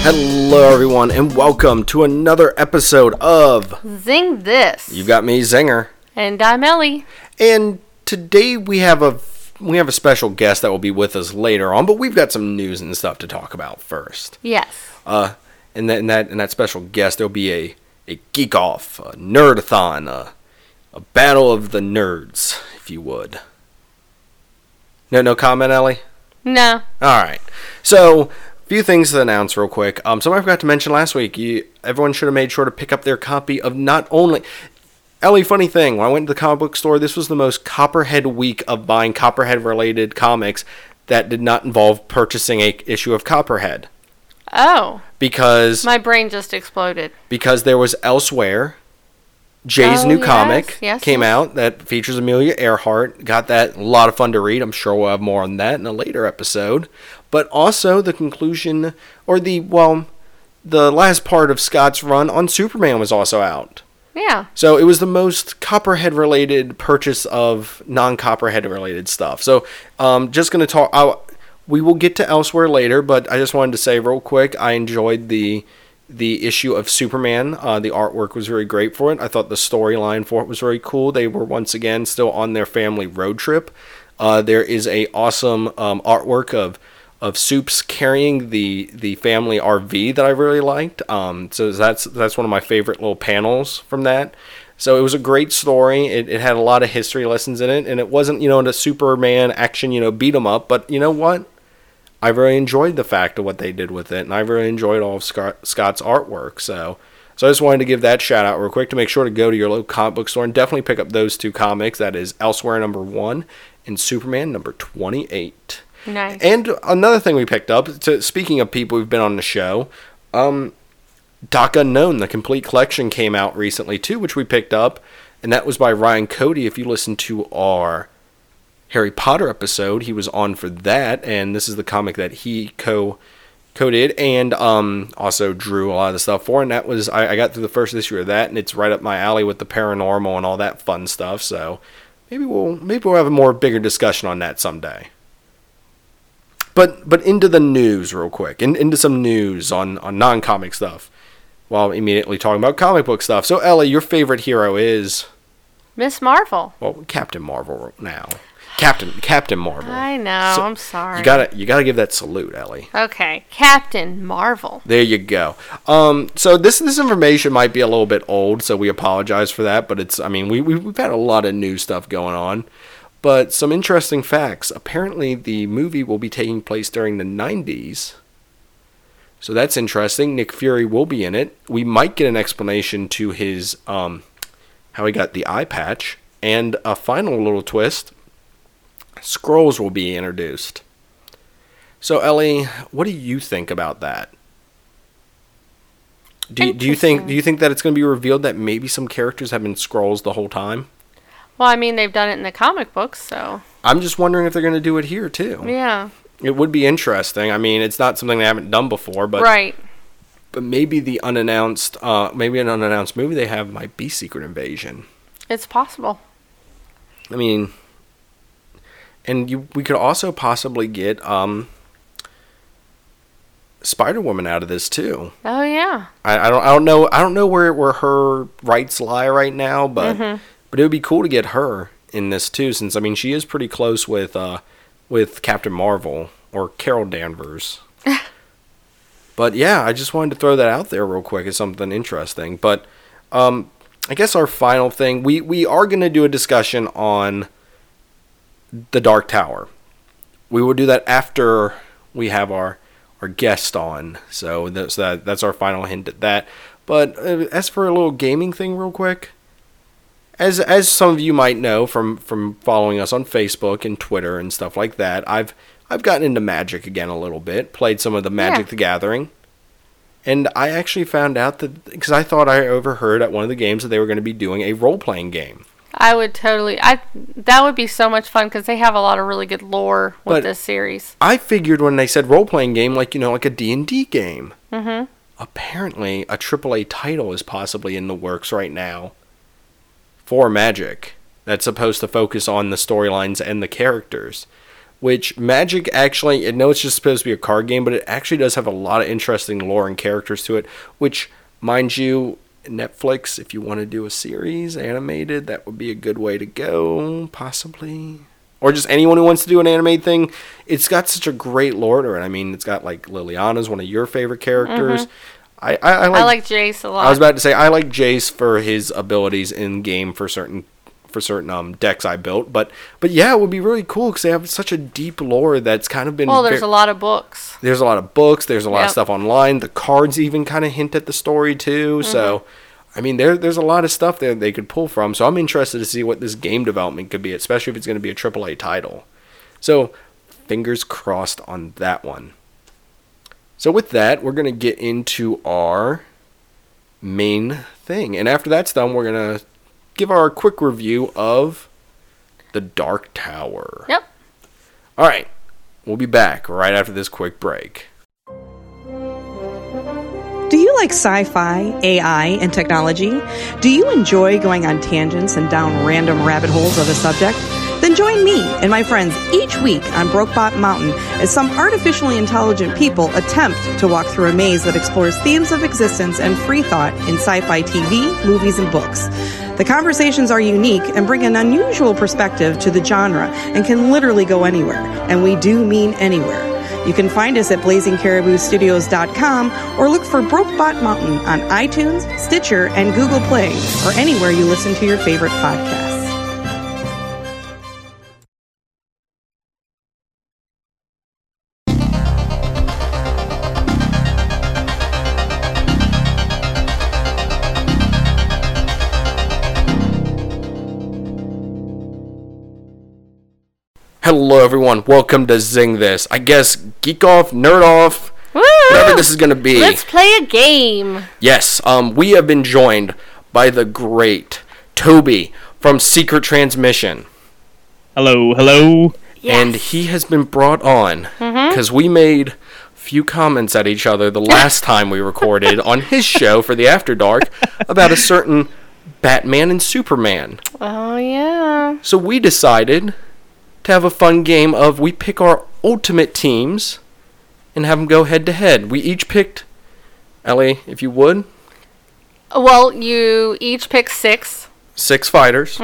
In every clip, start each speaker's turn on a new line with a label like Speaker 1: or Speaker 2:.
Speaker 1: Hello, everyone, and welcome to another episode of
Speaker 2: Zing this.
Speaker 1: You Got Me Zinger.
Speaker 2: and I'm Ellie.
Speaker 1: And today we have a we have a special guest that will be with us later on, but we've got some news and stuff to talk about first.
Speaker 2: Yes.
Speaker 1: Uh, and that and that and that special guest, there'll be a a geek off, a nerdathon, a a battle of the nerds, if you would. No, no comment, Ellie.
Speaker 2: No.
Speaker 1: All right. So, a few things to announce real quick. Um, something I forgot to mention last week. You, everyone should have made sure to pick up their copy of not only. Ellie, funny thing, when I went to the comic book store, this was the most Copperhead week of buying Copperhead related comics that did not involve purchasing a issue of Copperhead
Speaker 2: Oh,
Speaker 1: because
Speaker 2: my brain just exploded.
Speaker 1: because there was elsewhere. Jay's
Speaker 2: Oh,
Speaker 1: new
Speaker 2: yes,
Speaker 1: comic
Speaker 2: yes,
Speaker 1: came
Speaker 2: yes.
Speaker 1: out that features Amelia Earhart. Got that a lot of fun to read. I'm sure we'll have more on that in a later episode. But also the conclusion or the well, the last part of Scott's run on Superman was also out.
Speaker 2: Yeah.
Speaker 1: So it was the most Copperhead related purchase of non Copperhead related stuff. So um, just going to talk. I, we will get to elsewhere later, but I just wanted to say real quick I enjoyed the the issue of Superman. Uh, the artwork was very great for it. I thought the storyline for it was very cool. They were once again still on their family road trip. Uh, there is a awesome um, artwork of of Soups carrying the the family RV that I really liked. Um, so that's that's one of my favorite little panels from that. So it was a great story. It, it had a lot of history lessons in it, and it wasn't you know a Superman action you know beat 'em up, but you know what? I really enjoyed the fact of what they did with it, and I really enjoyed all of Scott, Scott's artwork. So, so I just wanted to give that shout out real quick to make sure to go to your local comic book store and definitely pick up those two comics. That is Elsewhere number one and Superman number twenty-eight.
Speaker 2: Nice.
Speaker 1: And another thing we picked up. To, speaking of people who've been on the show, um, Doc Unknown, the complete collection came out recently too, which we picked up, and that was by Ryan Cody. If you listen to our Harry Potter episode, he was on for that, and this is the comic that he co coded and um, also drew a lot of the stuff for. And that was I, I got through the first issue of that, and it's right up my alley with the paranormal and all that fun stuff. So maybe we'll maybe we'll have a more bigger discussion on that someday. But but into the news real quick, and into some news on on non comic stuff. While immediately talking about comic book stuff. So Ellie, your favorite hero is
Speaker 2: Miss Marvel.
Speaker 1: well Captain Marvel now. Captain Captain Marvel.
Speaker 2: I know.
Speaker 1: So,
Speaker 2: I'm sorry.
Speaker 1: You gotta you gotta give that salute, Ellie.
Speaker 2: okay, Captain Marvel.
Speaker 1: There you go. Um, so this this information might be a little bit old, so we apologize for that. But it's I mean we, we we've had a lot of new stuff going on, but some interesting facts. Apparently, the movie will be taking place during the '90s, so that's interesting. Nick Fury will be in it. We might get an explanation to his um, how he got the eye patch, and a final little twist. Scrolls will be introduced. So Ellie, what do you think about that? Do, do you think do you think that it's going to be revealed that maybe some characters have been scrolls the whole time?
Speaker 2: Well, I mean, they've done it in the comic books, so
Speaker 1: I'm just wondering if they're going to do it here too.
Speaker 2: yeah.
Speaker 1: It would be interesting. I mean, it's not something they haven't done before, but
Speaker 2: right.
Speaker 1: but maybe the unannounced uh, maybe an unannounced movie they have might be Secret Invasion.
Speaker 2: It's possible.
Speaker 1: I mean, and you, we could also possibly get um, Spider Woman out of this too.
Speaker 2: Oh yeah.
Speaker 1: I, I don't I don't know I don't know where where her rights lie right now, but but it would be cool to get her in this too, since I mean she is pretty close with uh with Captain Marvel or Carol Danvers. but yeah, I just wanted to throw that out there real quick as something interesting. But um I guess our final thing we we are gonna do a discussion on the Dark Tower. We will do that after we have our our guest on. So that's that, that's our final hint at that. But uh, as for a little gaming thing, real quick, as as some of you might know from from following us on Facebook and Twitter and stuff like that, I've I've gotten into Magic again a little bit. Played some of the Magic
Speaker 2: Yeah.
Speaker 1: the Gathering. And I actually found out that because I thought I overheard at one of the games that they were going to be doing a role playing game.
Speaker 2: I would totally. I that would be so much fun because they have a lot of really good lore with
Speaker 1: But-
Speaker 2: this series.
Speaker 1: I figured when they said role playing game, like you know, like a D and D game. Mm-hmm. Apparently, a AAA title is possibly in the works right now for Magic. That's supposed to focus on the storylines and the characters. which Magic actually, I know it's just supposed to be a card game, but it actually does have a lot of interesting lore and characters to it, which, mind you, Netflix, if you want to do a series animated, that would be a good way to go, possibly. Or just anyone who wants to do an anime thing. It's got such a great lore to it. I mean, it's got like Liliana's one of your favorite characters. I, Mm-hmm. I, I like,
Speaker 2: I like Jace a lot.
Speaker 1: I was about to say I like Jace for his abilities in game for certain for certain um decks I built, but but yeah, it would be really cool because they have such a deep lore that's kind of been
Speaker 2: well, there's
Speaker 1: ver-
Speaker 2: a lot of books.
Speaker 1: there's a lot of books, there's a lot of
Speaker 2: Yep.
Speaker 1: stuff online. The cards even kind of hint at the story too. So, I mean, there there's a lot of stuff there they could pull from. So I'm interested to see what this game development could be, especially if it's going to be a AAA title. So, fingers crossed on that one. So with that, we're going to get into our main thing, and after that's done, we're going to give our quick review of the Dark Tower.
Speaker 2: Yep.
Speaker 1: All right. We'll be back right after this quick break.
Speaker 3: Do you like sci fi, AI, and technology? Do you enjoy going on tangents and down random rabbit holes of a subject? Then join me and my friends each week on Brokebot Mountain as some artificially intelligent people attempt to walk through a maze that explores themes of existence and free thought in sci fi TV, movies, and books. The conversations are unique and bring an unusual perspective to the genre and can literally go anywhere. And we do mean anywhere. You can find us at blazingcariboustudios.com or look for Brokebot Mountain on iTunes, Stitcher, and Google Play, or anywhere you listen to your favorite podcasts.
Speaker 1: Hello, everyone. Welcome to Zing This. I guess geek off, nerd off,
Speaker 2: Woo!
Speaker 1: whatever this is going to be.
Speaker 2: Let's play a game.
Speaker 1: Yes, um, we have been joined by the great Toby from Secret Transmission.
Speaker 4: Hello, hello.
Speaker 1: And he has been brought on because we made few comments at each other the last time we recorded on his show for the After Dark about a certain Batman and Superman.
Speaker 2: Oh yeah.
Speaker 1: So we decided to have a fun game of we pick our ultimate teams and have them go head to head. We each picked Ellie, if you would,
Speaker 2: Well, you each pick six.
Speaker 1: six fighters.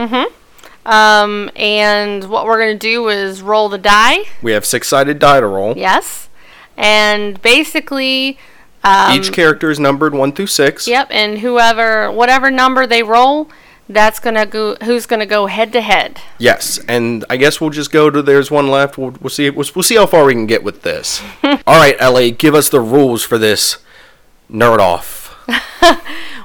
Speaker 2: Um, and what we're gonna do is roll the die.
Speaker 1: We have six-sided die to roll.
Speaker 2: Yes. And basically, um,
Speaker 1: each character is numbered one through six.
Speaker 2: yep. And whoever, whatever number they roll, that's gonna go. Who's gonna go head to head?
Speaker 1: Yes, and I guess we'll just go to there's one left. We'll, we'll see. We'll, we'll see how far we can get with this. All right, Ellie, give us the rules for this nerd off.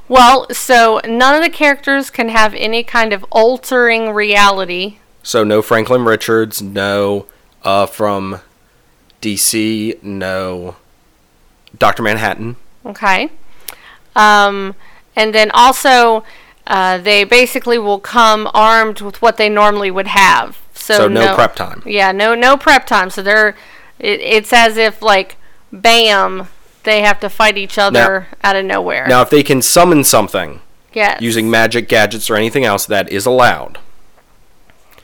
Speaker 2: Well, so none of the characters can have any kind of altering reality.
Speaker 1: So no Franklin Richards, no uh, from DC, no Doctor Manhattan.
Speaker 2: Okay. Um, and then also, uh, they basically will come armed with what they normally would have. So,
Speaker 1: So no prep time.
Speaker 2: Yeah, no no prep time. So they're it, it's as if like bam, they have to fight each other out of nowhere.
Speaker 1: Now, if they can summon something
Speaker 2: yes.
Speaker 1: using magic gadgets or anything else, that is allowed.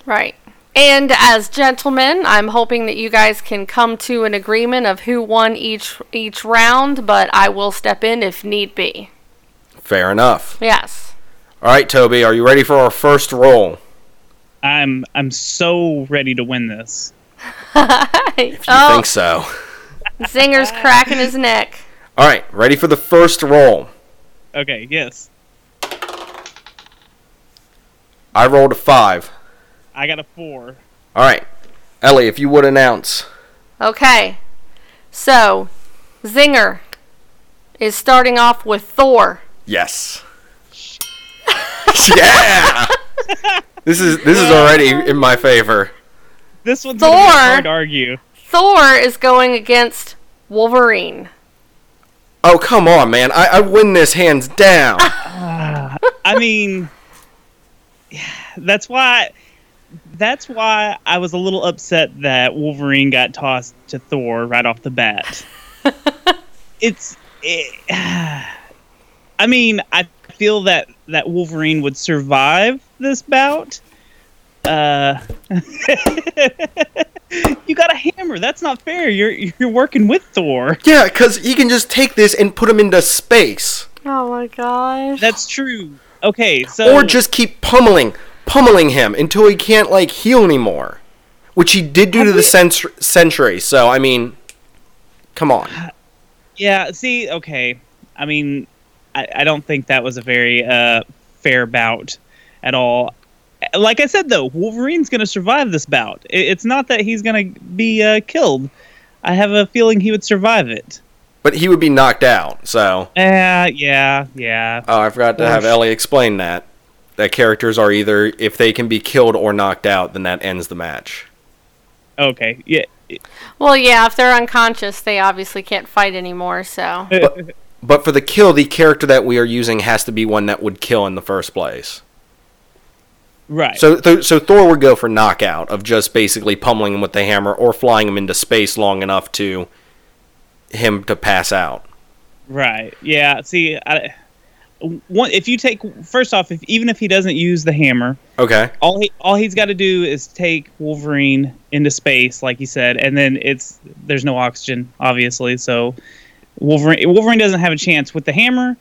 Speaker 2: right. And as gentlemen, I'm hoping that you guys can come to an agreement of who won each each round, but I will step in if need be.
Speaker 1: Fair enough.
Speaker 2: Yes.
Speaker 1: All right, Toby, are you ready for our first roll?
Speaker 4: I'm I'm so ready to win this.
Speaker 1: I
Speaker 2: oh,
Speaker 1: think so.
Speaker 2: Zinger's cracking his neck.
Speaker 1: All right, ready for the first roll.
Speaker 4: Okay, yes.
Speaker 1: I rolled a five.
Speaker 4: I got a four.
Speaker 1: All right, Ellie, if you would announce.
Speaker 2: Okay. So, Zinger is starting off with Thor.
Speaker 1: Yes. yeah. this is this is already in my favor.
Speaker 4: This one's gonna be
Speaker 2: Four?
Speaker 4: hard to argue.
Speaker 2: Thor is going against Wolverine.
Speaker 1: Oh come on, man! I, I win this hands down.
Speaker 4: I mean that's why that's why I was a little upset that Wolverine got tossed to Thor right off the bat. it's it, I mean, I feel that that Wolverine would survive this bout. Uh You got a hammer. That's not fair. You're you're working with Thor.
Speaker 1: Yeah, because he can just take this and put him into space,
Speaker 2: Oh my gosh.
Speaker 4: That's true. Okay, so
Speaker 1: or just keep pummeling, pummeling him until he can't like heal anymore, which he did do to the cent- century. So I mean, come on.
Speaker 4: yeah. See, okay. I mean, I, I don't think that was a very uh, fair bout at all. Like I said, though, Wolverine's going to survive this bout. It, it's not that he's going to be uh, killed. I have a feeling he would survive it.
Speaker 1: But he would be knocked out. So
Speaker 4: Uh, yeah, yeah.
Speaker 1: oh, I forgot to have
Speaker 4: Oof.
Speaker 1: Ellie explain that that characters are either if they can be killed or knocked out, then that ends the match.
Speaker 4: Okay, yeah.
Speaker 2: Well, yeah, if they're unconscious, they obviously can't fight anymore, so.
Speaker 1: But for the kill, the character that we are using has to be one that would kill in the first place.
Speaker 4: Right.
Speaker 1: So, th- so Thor would go for knockout of just basically pummeling him with the hammer or flying him into space long enough to him to pass out.
Speaker 4: Right. Yeah. See, I, one, if you take first off, if even if he doesn't use the hammer,
Speaker 1: Okay.
Speaker 4: all he all he's got to do is take Wolverine into space, like he said, and then it's there's no oxygen, obviously. So Wolverine Wolverine doesn't have a chance with the hammer,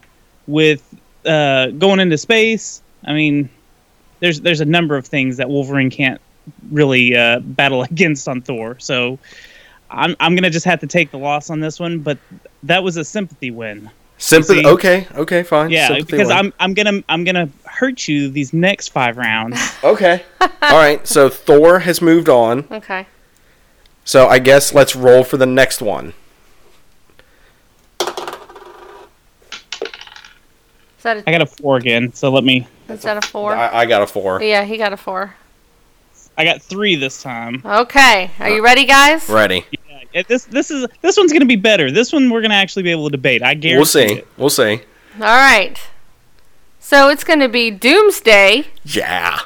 Speaker 4: with uh, going into space. I mean, there's there's a number of things that Wolverine can't really uh, battle against on Thor. So I'm I'm gonna just have to take the loss on this one, but that was a sympathy win.
Speaker 1: Sympathy.
Speaker 4: See?
Speaker 1: Okay. Okay. Fine.
Speaker 4: Yeah,
Speaker 1: Sympathy
Speaker 4: because
Speaker 1: win.
Speaker 4: I'm I'm gonna I'm gonna hurt you these next five rounds.
Speaker 1: okay. All right. So Thor has moved on.
Speaker 2: Okay.
Speaker 1: So I guess let's roll for the next one.
Speaker 2: Is that a,
Speaker 4: I got a four again, so let me.
Speaker 2: is that a four?
Speaker 1: I, I got a four.
Speaker 2: yeah, he got a four.
Speaker 4: I got three this time.
Speaker 2: Okay. Are you ready, guys?
Speaker 1: Ready.
Speaker 4: Yeah, This this is this one's gonna be better. This one we're gonna actually be able to debate. I guarantee.
Speaker 1: We'll see.
Speaker 4: it.
Speaker 1: We'll see.
Speaker 2: All right. So it's going to be Doomsday
Speaker 1: Yeah.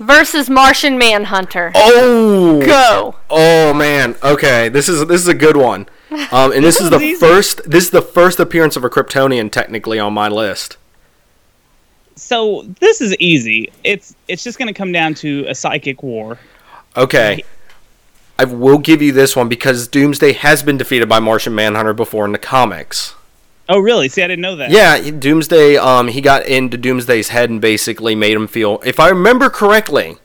Speaker 2: versus Martian Manhunter.
Speaker 1: Oh.
Speaker 2: Go.
Speaker 1: Oh man, okay, this is this is a good one, um, and this is the
Speaker 4: one's easy.
Speaker 1: first this is the first appearance of a Kryptonian technically on my list.
Speaker 4: So this is easy. It's it's just gonna come down to a psychic war.
Speaker 1: Okay, I will give you this one because Doomsday has been defeated by Martian Manhunter before in the comics.
Speaker 4: Oh really? See, I didn't know that.
Speaker 1: Yeah, he- Doomsday, um, he got into Doomsday's head and basically made him feel. If I remember correctly,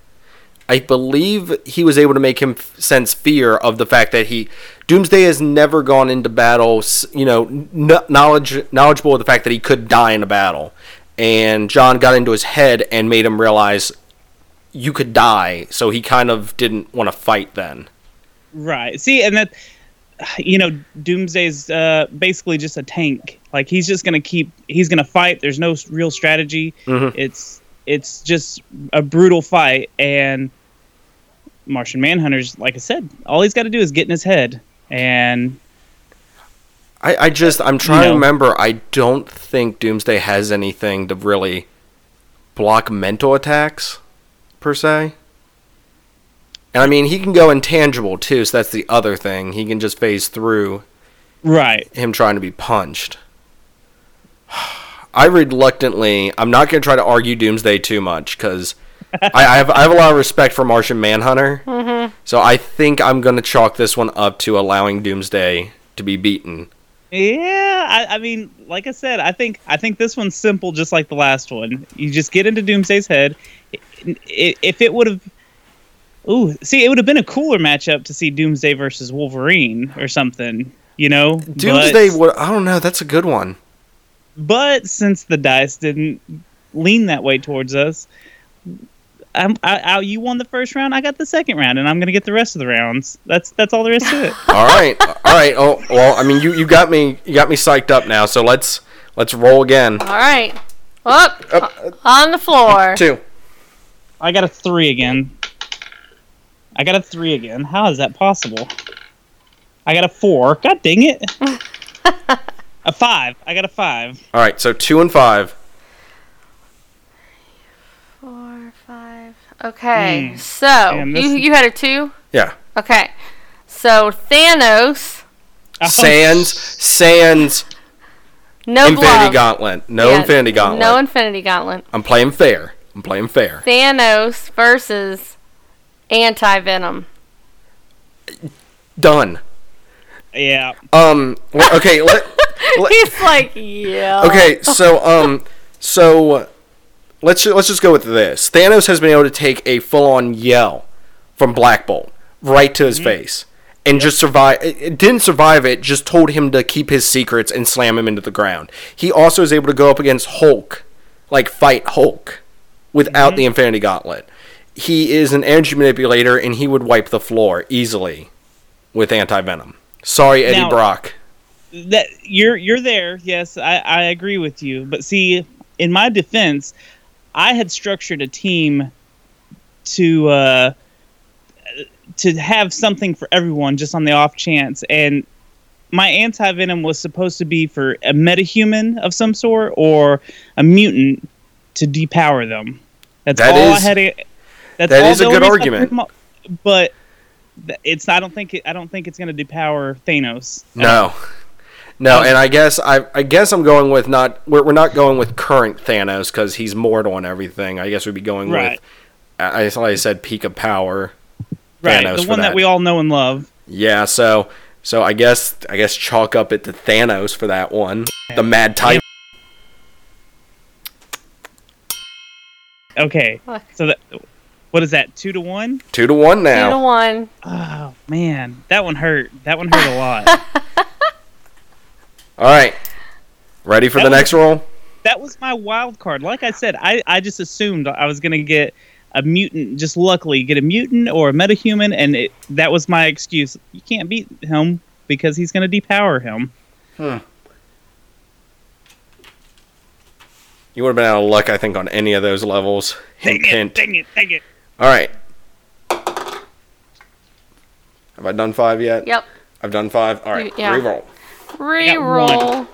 Speaker 1: I believe he was able to make him f- sense fear of the fact that he Doomsday has never gone into battle, s- you know, kn- knowledge knowledgeable of the fact that he could die in a battle. And John got into his head and made him realize you could die, so he kind of didn't want to fight then.
Speaker 4: Right. See, and that you know, Doomsday's uh, basically just a tank. Like he's just gonna keep. He's gonna fight. There's no s- real strategy.
Speaker 1: Mm-hmm.
Speaker 4: It's it's just a brutal fight. And Martian Manhunter's, like I said, all he's got to do is get in his head. And
Speaker 1: I, I just I'm trying to
Speaker 4: know.
Speaker 1: remember. I don't think Doomsday has anything to really block mental attacks per se. And I mean, he can go intangible too, so that's the other thing. He can just phase through
Speaker 4: right,
Speaker 1: him trying to be punched. I reluctantly, I'm not going to try to argue Doomsday too much because I, I, have, I have a lot of respect for Martian Manhunter. So I think I'm going to chalk this one up to allowing Doomsday to be beaten.
Speaker 4: yeah. I, I mean, like I said, I think I think this one's simple, just like the last one. You just get into Doomsday's head. I- i- If it would have. Ooh, see, it would have been a cooler matchup to see Doomsday versus Wolverine or something, you know. But-
Speaker 1: Doomsday would. I don't know. That's a good one.
Speaker 4: but since the dice didn't lean that way towards us, I'm, I, I, you won the first round. I got the second round, and I'm going to get the rest of the rounds. That's that's all there is to it.
Speaker 1: All right. All right. Oh well. I mean, you, you got me. You got me psyched up now. So let's let's roll again.
Speaker 2: All right. Up.
Speaker 1: Up,
Speaker 2: on the floor.
Speaker 1: Two.
Speaker 4: I got a three again. I got a three again. How is that possible? I got a four. God dang it! a five. I got a five.
Speaker 1: All right. So two and five.
Speaker 2: Four, five. Okay. So
Speaker 4: Damn,
Speaker 2: you
Speaker 4: this-
Speaker 2: you had a two.
Speaker 1: Yeah.
Speaker 2: Okay. So Thanos,
Speaker 4: Oh,
Speaker 1: Sans Sans
Speaker 2: no
Speaker 1: Infinity
Speaker 2: glove.
Speaker 1: Gauntlet. No
Speaker 2: Yeah,
Speaker 1: Infinity Gauntlet.
Speaker 2: No Infinity Gauntlet.
Speaker 1: I'm playing fair. I'm playing fair.
Speaker 2: Thanos versus Anti Venom.
Speaker 1: Done.
Speaker 4: Yeah.
Speaker 1: Um. well, Okay. Let, let-
Speaker 2: He's like, yeah.
Speaker 1: okay. So um. So let's ju- let's just go with this. Thanos has been able to take a full on yell from Black Bolt right to his face and just survive. It it didn't survive it. Just told him to keep his secrets and slam him into the ground. He also is able to go up against Hulk, like fight Hulk, without the Infinity Gauntlet. He is an energy manipulator, and he would wipe the floor easily with anti venom. Sorry, Eddie
Speaker 4: Now-
Speaker 1: Brock.
Speaker 4: that you're you're there. Yes, I, I agree with you. But see, in my defense, I had structured a team to uh, to have something for everyone, just on the off chance. And my anti venom was supposed to be for a metahuman of some sort or a mutant to depower them. That's
Speaker 1: That
Speaker 4: all
Speaker 1: is-
Speaker 4: I had. A, that's
Speaker 1: that
Speaker 4: all
Speaker 1: is a
Speaker 4: the
Speaker 1: good
Speaker 4: only reason I
Speaker 1: argument.
Speaker 4: put them up. but th- it's. I don't think. It, I don't think it's going to depower Thanos.
Speaker 1: No. No, and I guess I, I guess I'm going with not we're, we're not going with current Thanos because he's mortal and everything. I guess we'd be going
Speaker 4: Right.
Speaker 1: with I I- like I said peak of power.
Speaker 4: right,
Speaker 1: Thanos
Speaker 4: the
Speaker 1: for
Speaker 4: one that.
Speaker 1: that.
Speaker 4: we all know and love.
Speaker 1: Yeah, so so I guess I guess chalk up it to Thanos for that one. The mad type.
Speaker 4: Okay,
Speaker 2: Look.
Speaker 4: so that what is that? Two to one?
Speaker 1: Two to one
Speaker 2: Two to
Speaker 1: now.
Speaker 2: one.
Speaker 4: Oh man, that one hurt. That one hurt a lot.
Speaker 1: All right. Ready for
Speaker 4: That
Speaker 1: the
Speaker 4: was-
Speaker 1: next roll?
Speaker 4: that was my wild card. Like I said, I I just assumed I was gonna get a mutant. Just luckily, get a mutant or a metahuman, and it, that was my excuse. You can't beat him because he's gonna depower him.
Speaker 1: You would have been out of luck, I think, on any of those levels. Hint, hint.
Speaker 4: Dang it! Dang it!
Speaker 1: All right. Have I done five yet?
Speaker 2: Yep.
Speaker 1: I've done five. All right.
Speaker 2: You- yeah.
Speaker 1: Reroll.
Speaker 2: Reroll.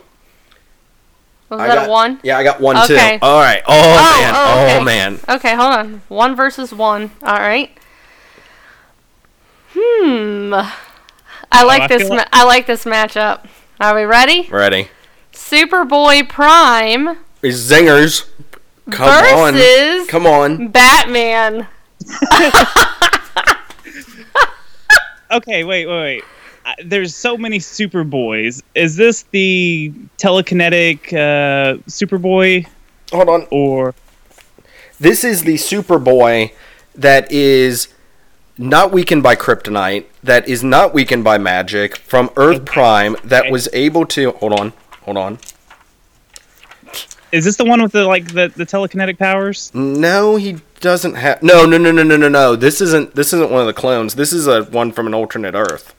Speaker 2: Was
Speaker 1: I
Speaker 2: that
Speaker 1: got-
Speaker 2: a one?
Speaker 1: Yeah, I got one
Speaker 2: Okay.
Speaker 1: too. All right. Oh,
Speaker 2: Oh,
Speaker 1: man.
Speaker 2: oh, okay.
Speaker 1: Oh man.
Speaker 2: Okay, hold on. One versus one. All right. Hmm. I like
Speaker 4: I
Speaker 2: this.
Speaker 4: feel
Speaker 2: Ma-
Speaker 4: like-
Speaker 2: I like this matchup. Are we ready?
Speaker 1: Ready?
Speaker 2: Superboy Prime
Speaker 1: It's zingers. Come on.
Speaker 2: Versus-
Speaker 1: Come on.
Speaker 2: Batman.
Speaker 4: Okay, wait, wait, wait. I, there's so many Superboys. Is this the telekinetic uh, Superboy
Speaker 1: Hold on.
Speaker 4: or?
Speaker 1: This is the Superboy that is not weakened by kryptonite, that is not weakened by magic from Earth Prime, that was able to. Hold on. Hold on.
Speaker 4: Is this the one with the like the, the telekinetic powers?
Speaker 1: No, he doesn't have. No, no, no, no, no, no, no. This isn't. This isn't one of the clones. This is a one from an alternate Earth.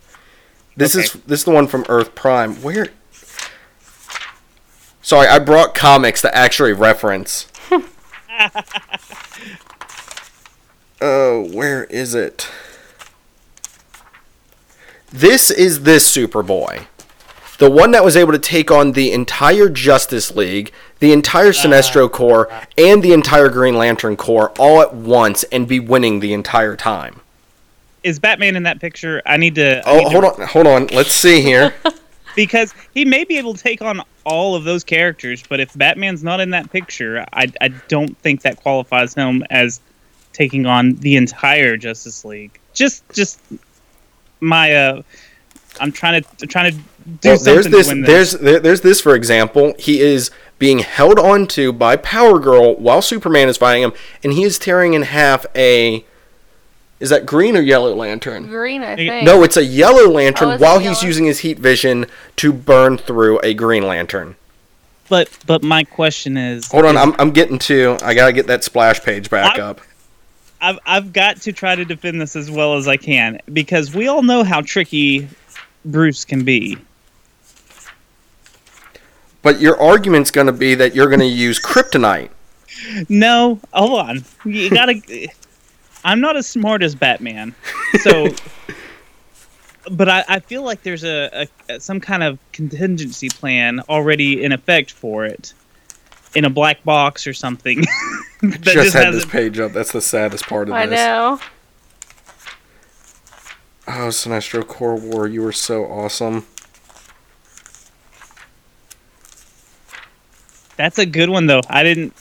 Speaker 1: This is
Speaker 4: Okay.
Speaker 1: this is the one from Earth Prime. Where? Sorry, I brought comics to actually reference. oh, where is it? This is this Superboy. The one that was able to take on the entire Justice League, the
Speaker 4: Ah.
Speaker 1: entire Sinestro Corps, and the entire Green Lantern Corps all at once and be winning the entire time.
Speaker 4: Is Batman in that picture? I need to. I
Speaker 1: Oh,
Speaker 4: need to-
Speaker 1: hold on, hold on. Let's see here.
Speaker 4: Because he may be able to take on all of those characters, but if Batman's not in that picture, I, I don't think that qualifies him as taking on the entire Justice League. Just just my uh, I'm trying to I'm trying to do
Speaker 1: Well,
Speaker 4: something
Speaker 1: there's this,
Speaker 4: to win this.
Speaker 1: there's there, there's this for example. He is being held onto by Power Girl while Superman is fighting him, and he is tearing in half a. Is that green or yellow lantern?
Speaker 2: Green, I think.
Speaker 1: No, it's a yellow lantern
Speaker 2: Oh, it's
Speaker 1: while
Speaker 2: a
Speaker 1: he's
Speaker 2: yellow-
Speaker 1: using his heat vision to burn through a green lantern.
Speaker 4: But but my question is,
Speaker 1: Hold on, I'm, I'm getting to. I gotta get that splash page back
Speaker 4: I-
Speaker 1: up.
Speaker 4: I've I've got to try to defend this as well as I can because we all know how tricky Bruce can be.
Speaker 1: But your argument's gonna be that you're gonna use kryptonite.
Speaker 4: No, hold on. You gotta. I'm not as smart as Batman, so. But I, I feel like there's a, a some kind of contingency plan already in effect for it, in a black box or something. that
Speaker 1: Just, had this
Speaker 4: hasn't-
Speaker 1: page up. That's the saddest part of
Speaker 2: I
Speaker 1: this.
Speaker 2: know.
Speaker 1: Oh, Sinestro Core War, you were so awesome.
Speaker 4: That's a good one though. I didn't.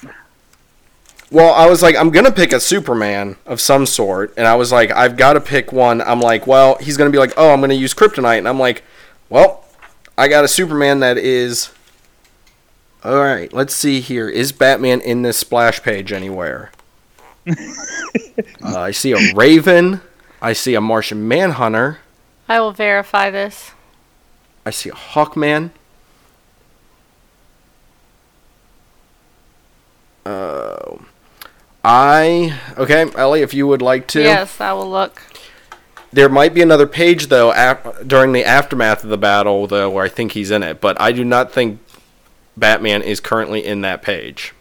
Speaker 1: Well, I was like, I'm gonna pick a Superman of some sort, and I was like, I've got to pick one. I'm like, well, he's gonna be like, oh, I'm gonna use Kryptonite, and I'm like, well, I got a Superman that is. All right, let's see here. Is Batman in this splash page anywhere? uh, I see a Raven. I see a Martian Manhunter.
Speaker 2: I will verify this.
Speaker 1: I see a Hawkman. Uh, I okay, Ellie, if you would like to.
Speaker 2: Yes, I will look.
Speaker 1: There might be another page though af- during the aftermath of the battle though where I think he's in it, but I do not think Batman is currently in that page.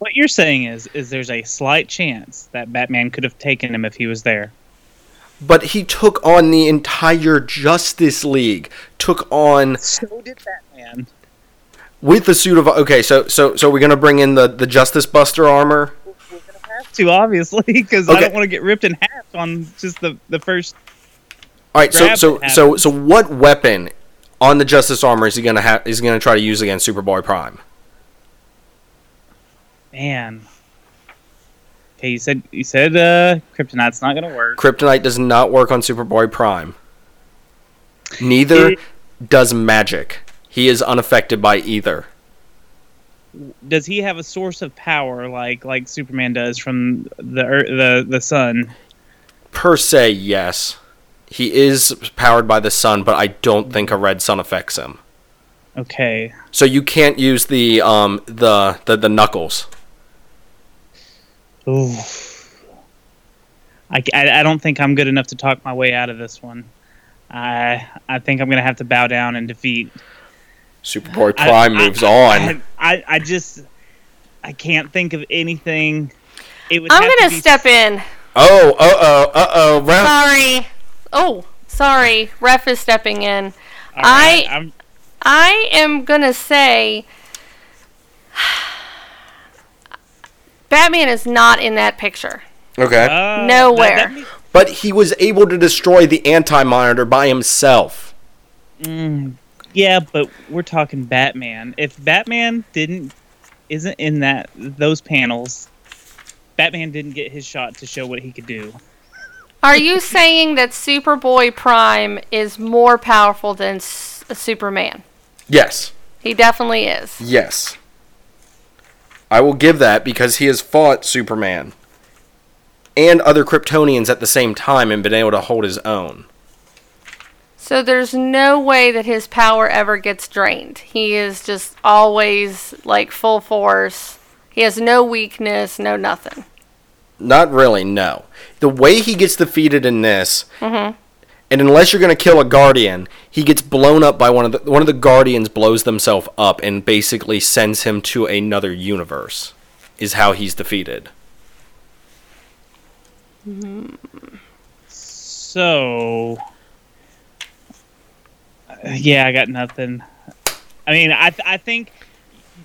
Speaker 4: What you're saying is, is there's a slight chance that Batman could have taken him if he was there.
Speaker 1: But he took on the entire Justice League. Took on
Speaker 4: So did Batman.
Speaker 1: with the suit of okay. So so so we're gonna bring in the the Justice Buster armor.
Speaker 4: Have to obviously because I
Speaker 1: Okay.
Speaker 4: don't want to get ripped in half on just the the first.
Speaker 1: All right. So
Speaker 4: Grab
Speaker 1: so
Speaker 4: it,
Speaker 1: so
Speaker 4: Adam.
Speaker 1: so what weapon on the Justice armor is he gonna have? Is he gonna try to use against Superboy Prime?
Speaker 4: Man. Okay, you said you said uh, Kryptonite's not gonna work.
Speaker 1: Kryptonite does not work on Superboy Prime. Neither
Speaker 4: It-
Speaker 1: does magic. He is unaffected by either.
Speaker 4: Does he have a source of power like like Superman does from the ear the the sun?
Speaker 1: Per se, yes. He is powered by the sun, but I don't think a red sun affects him.
Speaker 4: Okay,
Speaker 1: So you can't use the um the the, the knuckles.
Speaker 4: Ooh. I, I, I don't think I'm good enough to talk my way out of this one. I I think I'm gonna have to bow down and defeat.
Speaker 1: Superboy
Speaker 4: I-
Speaker 1: Prime
Speaker 4: I-
Speaker 1: moves
Speaker 4: I,
Speaker 1: on.
Speaker 4: I I just I can't think of anything. It would
Speaker 2: I'm
Speaker 4: have to
Speaker 2: gonna
Speaker 4: be-
Speaker 2: step in.
Speaker 1: Oh, uh oh, uh oh, ref.
Speaker 2: Sorry. Oh, sorry. Ref is stepping in.
Speaker 4: All right,
Speaker 2: I-
Speaker 4: I'm,
Speaker 2: I am gonna say Batman is not in that picture.
Speaker 1: Okay.
Speaker 4: uh,
Speaker 2: Nowhere.
Speaker 4: that- that means-
Speaker 1: But he was able to destroy the anti monitor by himself.
Speaker 4: mm, yeah, but we're talking Batman. If Batman didn't isn't in that those panels, Batman didn't get his shot to show what he could do.
Speaker 2: Are you saying that Superboy Prime is more powerful than S- uh, Superman?
Speaker 1: Yes.
Speaker 2: He definitely is.
Speaker 1: Yes. I will give that because he has fought Superman and other Kryptonians at the same time and been able to hold his own.
Speaker 2: So there's no way that his power ever gets drained. He is just always like full force. He has no weakness, no nothing.
Speaker 1: Not really, no. The way he gets defeated in this, and unless you're going to kill a guardian, he gets blown up by one of the one of the guardians blows themselves up and basically sends him to another universe. Is how he's defeated.
Speaker 4: So, uh, yeah, I got nothing. I mean, I th- I think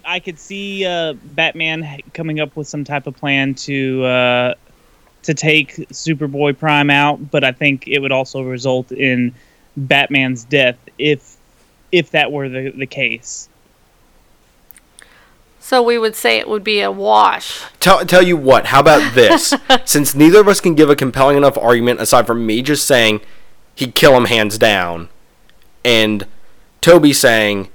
Speaker 4: I could see uh, Batman h- coming up with some type of plan to uh, to take Superboy Prime out, but I think it would also result in Batman's death if if that were the the case.
Speaker 2: So we would say it would be a wash.
Speaker 1: Tell, tell you what, how about this? Since neither of us can give a compelling enough argument aside from me just saying he'd kill him hands down, and Toby saying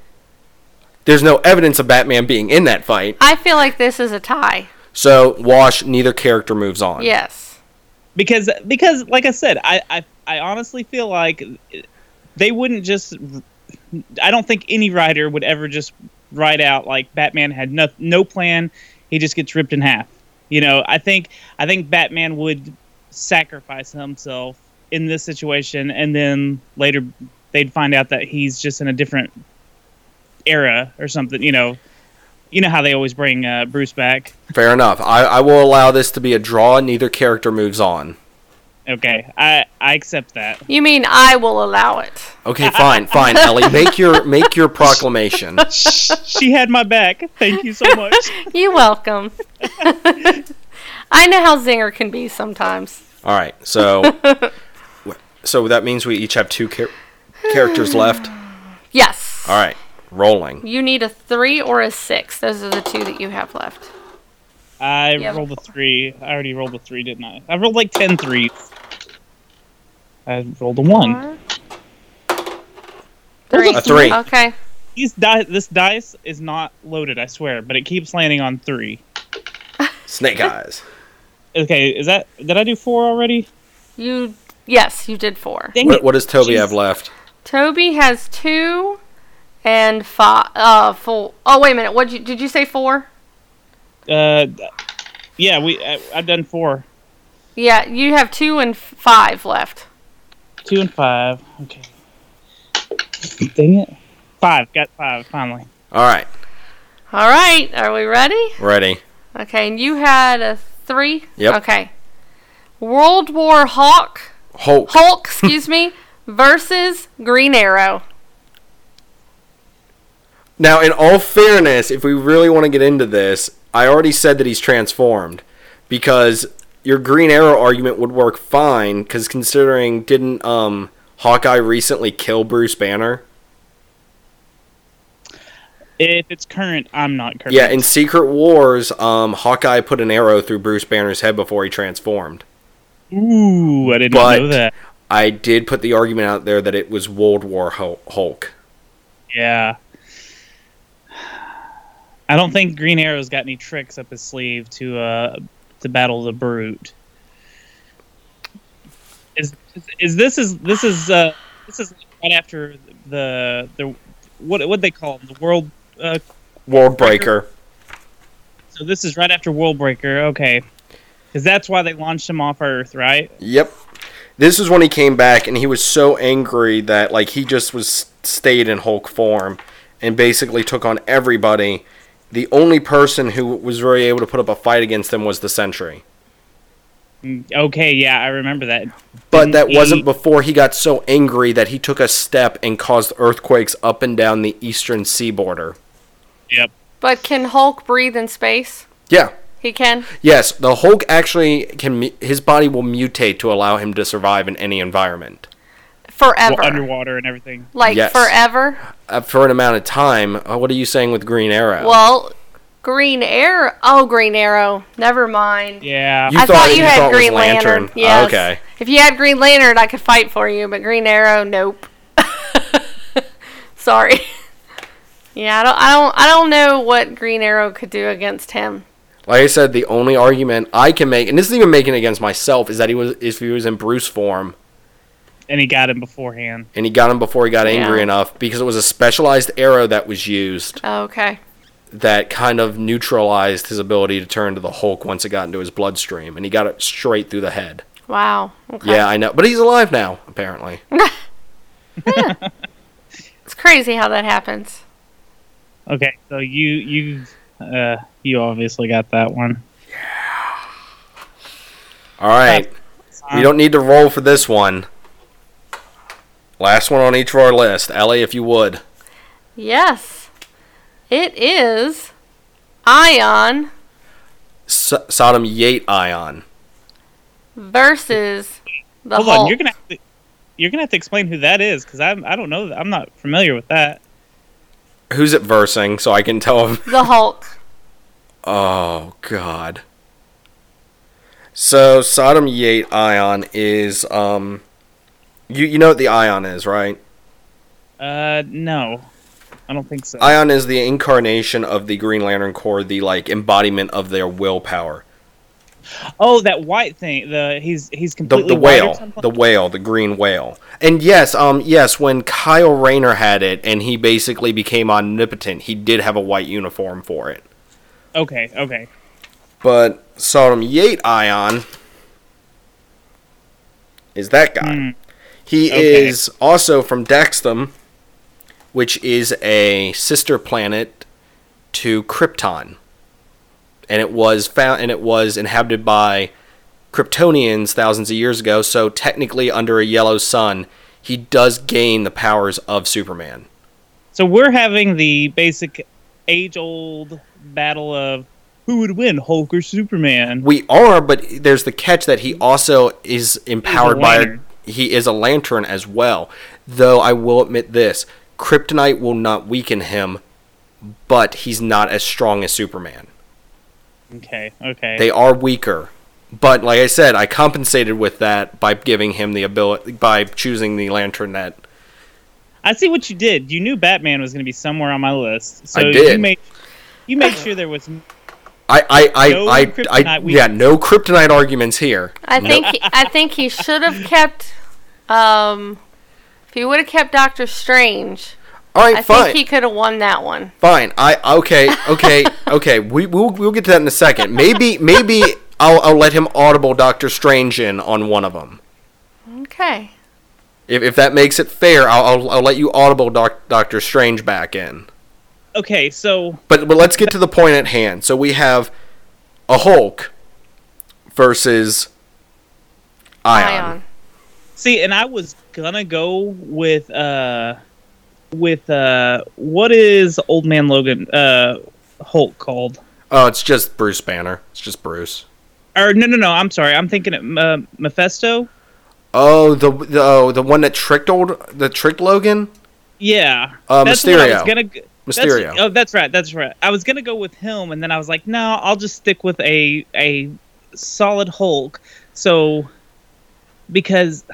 Speaker 1: there's no evidence of Batman being in that fight,
Speaker 2: I feel like this is a tie.
Speaker 1: so Wash, neither character moves on.
Speaker 2: Yes.
Speaker 4: because because like I said, I I, I honestly feel like they wouldn't just. I don't think any writer would ever just write out like Batman had no no plan. He just gets ripped in half. You know, I think I think Batman would sacrifice himself in this situation, and then later they'd find out that he's just in a different era or something. You know, you know how they always bring uh, Bruce back.
Speaker 1: Fair enough. I, I will allow this to be a draw, neither character moves on.
Speaker 4: Okay, I I accept that.
Speaker 2: You mean I will allow it?
Speaker 1: Okay, fine, fine, Ellie. Make your make your proclamation.
Speaker 4: she had my back. Thank you so much.
Speaker 2: You're welcome. I know how Zinger can be sometimes.
Speaker 1: All right, so so that means we each have two char- characters left.
Speaker 2: Yes.
Speaker 1: All right, rolling.
Speaker 2: You need a three or a six. Those are the two that you have left.
Speaker 4: I
Speaker 2: Yeah.
Speaker 4: rolled a three. I already rolled a three, didn't I? I rolled like ten threes. I rolled a one.
Speaker 2: Four. Three.
Speaker 1: A three.
Speaker 2: Okay.
Speaker 4: These di- this dice is not loaded, I swear, but it keeps landing on three.
Speaker 1: Snake eyes.
Speaker 4: Okay, is that did I do four already?
Speaker 2: You yes, you did four.
Speaker 4: Dang
Speaker 1: What,
Speaker 4: it.
Speaker 1: what does Toby
Speaker 4: Jeez.
Speaker 1: have left?
Speaker 2: Toby has two and five. Uh, four. Oh wait a minute. What you did you say four?
Speaker 4: Uh, th- yeah, we I, I've done four,
Speaker 2: Yeah, you have two and f- five left.
Speaker 4: two and five. Okay. Dang it. Five. Got five finally.
Speaker 1: All right,
Speaker 2: All right. Are we ready?
Speaker 1: ready.
Speaker 2: Okay. And you had a three.
Speaker 1: Yep.
Speaker 2: Okay. World War Hawk.
Speaker 1: Hulk.
Speaker 2: Hulk, excuse me, versus Green Arrow.
Speaker 1: Now, in all fairness, if we really want to get into this, I already said that he's transformed because your Green Arrow argument would work fine because considering didn't um, Hawkeye recently kill Bruce Banner?
Speaker 4: If it's current, I'm not current.
Speaker 1: Yeah, in Secret Wars, um, Hawkeye put an arrow through Bruce Banner's head before he transformed.
Speaker 4: Ooh, I didn't
Speaker 1: But-
Speaker 4: know that.
Speaker 1: I did put the argument out there that it was World War Hul- Hulk.
Speaker 4: Yeah. I don't think Green Arrow's got any tricks up his sleeve to uh to battle the brute. Is is this is this is uh this is right after the the what what they call 'em, the world uh
Speaker 1: World Breaker.
Speaker 4: so this is right after Worldbreaker okay because that's why they launched him off Earth right
Speaker 1: Yep. This is when he came back and he was so angry that like he just was stayed in Hulk form and basically took on everybody. The only person who was really able to put up a fight against him was the Sentry.
Speaker 4: okay yeah I remember that
Speaker 1: But that
Speaker 4: Didn't
Speaker 1: wasn't
Speaker 4: he-
Speaker 1: before he got so angry that he took a step and caused earthquakes up and down the eastern sea border.
Speaker 4: yep
Speaker 2: But can Hulk breathe in space?
Speaker 1: Yeah.
Speaker 2: He can.
Speaker 1: Yes, the Hulk actually can mu- his body will mutate to allow him to survive in any environment.
Speaker 2: Forever.
Speaker 4: well, underwater and everything
Speaker 2: like
Speaker 1: Yes.
Speaker 2: forever.
Speaker 1: Uh, for an amount of time, uh, what are you saying with Green Arrow?
Speaker 2: Well, Green Arrow. Oh, Green Arrow. Never mind.
Speaker 4: yeah
Speaker 1: You
Speaker 2: I
Speaker 1: thought-
Speaker 2: thought,
Speaker 1: you
Speaker 2: you had
Speaker 1: thought it was
Speaker 2: Green Lantern.
Speaker 1: Lantern. Oh,
Speaker 2: Yes.
Speaker 1: okay.
Speaker 2: If you had Green Lantern, I could fight for you, but Green Arrow, nope. Sorry. Yeah, I don't, I don't, I don't know what Green Arrow could do against him.
Speaker 1: Like I said, the only argument I can make, and this isn't even making it against myself, is that he was if he was in Bruce form
Speaker 4: and he got him beforehand
Speaker 1: and he got him before he got angry
Speaker 2: Yeah.
Speaker 1: enough because it was a specialized arrow that was used
Speaker 2: Oh, Okay.
Speaker 1: that kind of neutralized his ability to turn to the Hulk once it got into his bloodstream, and he got it straight through the head.
Speaker 2: Wow. Okay.
Speaker 1: Yeah, I know, but he's alive now apparently.
Speaker 2: It's crazy how that happens.
Speaker 4: Okay, so you you uh you obviously got that one.
Speaker 1: All right, we don't need to roll for this one. Last one on each of our list, Ellie, if you would.
Speaker 2: Yes. It is Ion
Speaker 1: S- Sodom Yate Ion.
Speaker 2: versus the
Speaker 4: Hold
Speaker 2: Hulk.
Speaker 4: on, you're gonna have to, you're gonna have to explain who that is because I'm I don't know that- I'm not familiar with that.
Speaker 1: Who's it versing? So I can tell him.
Speaker 2: The Hulk.
Speaker 1: Oh God. So Sodom Yate Ion is um, you you know what the Ion is, right?
Speaker 4: Uh, no, I don't think so.
Speaker 1: Ion is the incarnation of the Green Lantern Corps, the like embodiment of their willpower.
Speaker 4: oh, that white thing. The he's he's
Speaker 1: The,
Speaker 4: completely
Speaker 1: the
Speaker 4: white or
Speaker 1: whale,
Speaker 4: something?
Speaker 1: the whale, the green whale. And yes, um, yes, when Kyle Rayner had it, and he basically became omnipotent, he did have a white uniform for it.
Speaker 4: okay, okay.
Speaker 1: But Sodom Yate Ion is that guy.
Speaker 4: Hmm.
Speaker 1: He
Speaker 4: Okay.
Speaker 1: is also from Daxtum, which is a sister planet to Krypton. And it was found and it was inhabited by Kryptonians thousands of years ago, so technically under a yellow sun, he does gain the powers of Superman.
Speaker 4: So we're having the basic age old battle of who would win, Hulk or Superman?
Speaker 1: We are, but there's the catch that he also is empowered by.
Speaker 4: lantern.
Speaker 1: He is a lantern as well. Though I will admit this kryptonite will not weaken him, but he's not as strong as Superman.
Speaker 4: Okay. Okay.
Speaker 1: They are weaker. But like I said, I compensated with that by giving him the ability by choosing the lanternette.
Speaker 4: I see what you did. You knew Batman was going to be somewhere on my list, so
Speaker 1: I did.
Speaker 4: you made you made sure there was.
Speaker 1: I I I,
Speaker 4: No
Speaker 1: I, I
Speaker 4: kryptonite
Speaker 1: yeah,
Speaker 4: weakness.
Speaker 1: no kryptonite arguments here.
Speaker 2: I think I think he should have kept. Um, if he would have kept Doctor Strange,
Speaker 1: All right,
Speaker 2: I
Speaker 1: fine.
Speaker 2: think he could have won that one.
Speaker 1: Fine. I okay, okay, okay. We we'll, we'll get to that in a second. Maybe maybe I'll I'll let him audible Doctor Strange in on one of them.
Speaker 2: Okay.
Speaker 1: If if that makes it fair, I'll I'll, I'll let you audible doc, Doctor Strange back in.
Speaker 4: Okay, so
Speaker 1: But but let's get to the point at hand. So we have a Hulk versus Ion.
Speaker 2: Ion.
Speaker 4: see, and I was gonna go with uh, with uh, what is Old Man Logan uh Hulk called?
Speaker 1: Oh, it's just Bruce Banner. It's just Bruce.
Speaker 4: Or no, no, no. I'm sorry. I'm thinking of uh, Mephisto.
Speaker 1: Oh, the the oh, the one that tricked old that tricked Logan.
Speaker 4: Yeah.
Speaker 1: Uh,
Speaker 4: that's what I was
Speaker 1: Mysterio.
Speaker 4: gonna g- that's-
Speaker 1: Mysterio.
Speaker 4: oh, that's right. That's right. I was gonna go with him, and then I was like, no, I'll just stick with a a solid Hulk. So, because.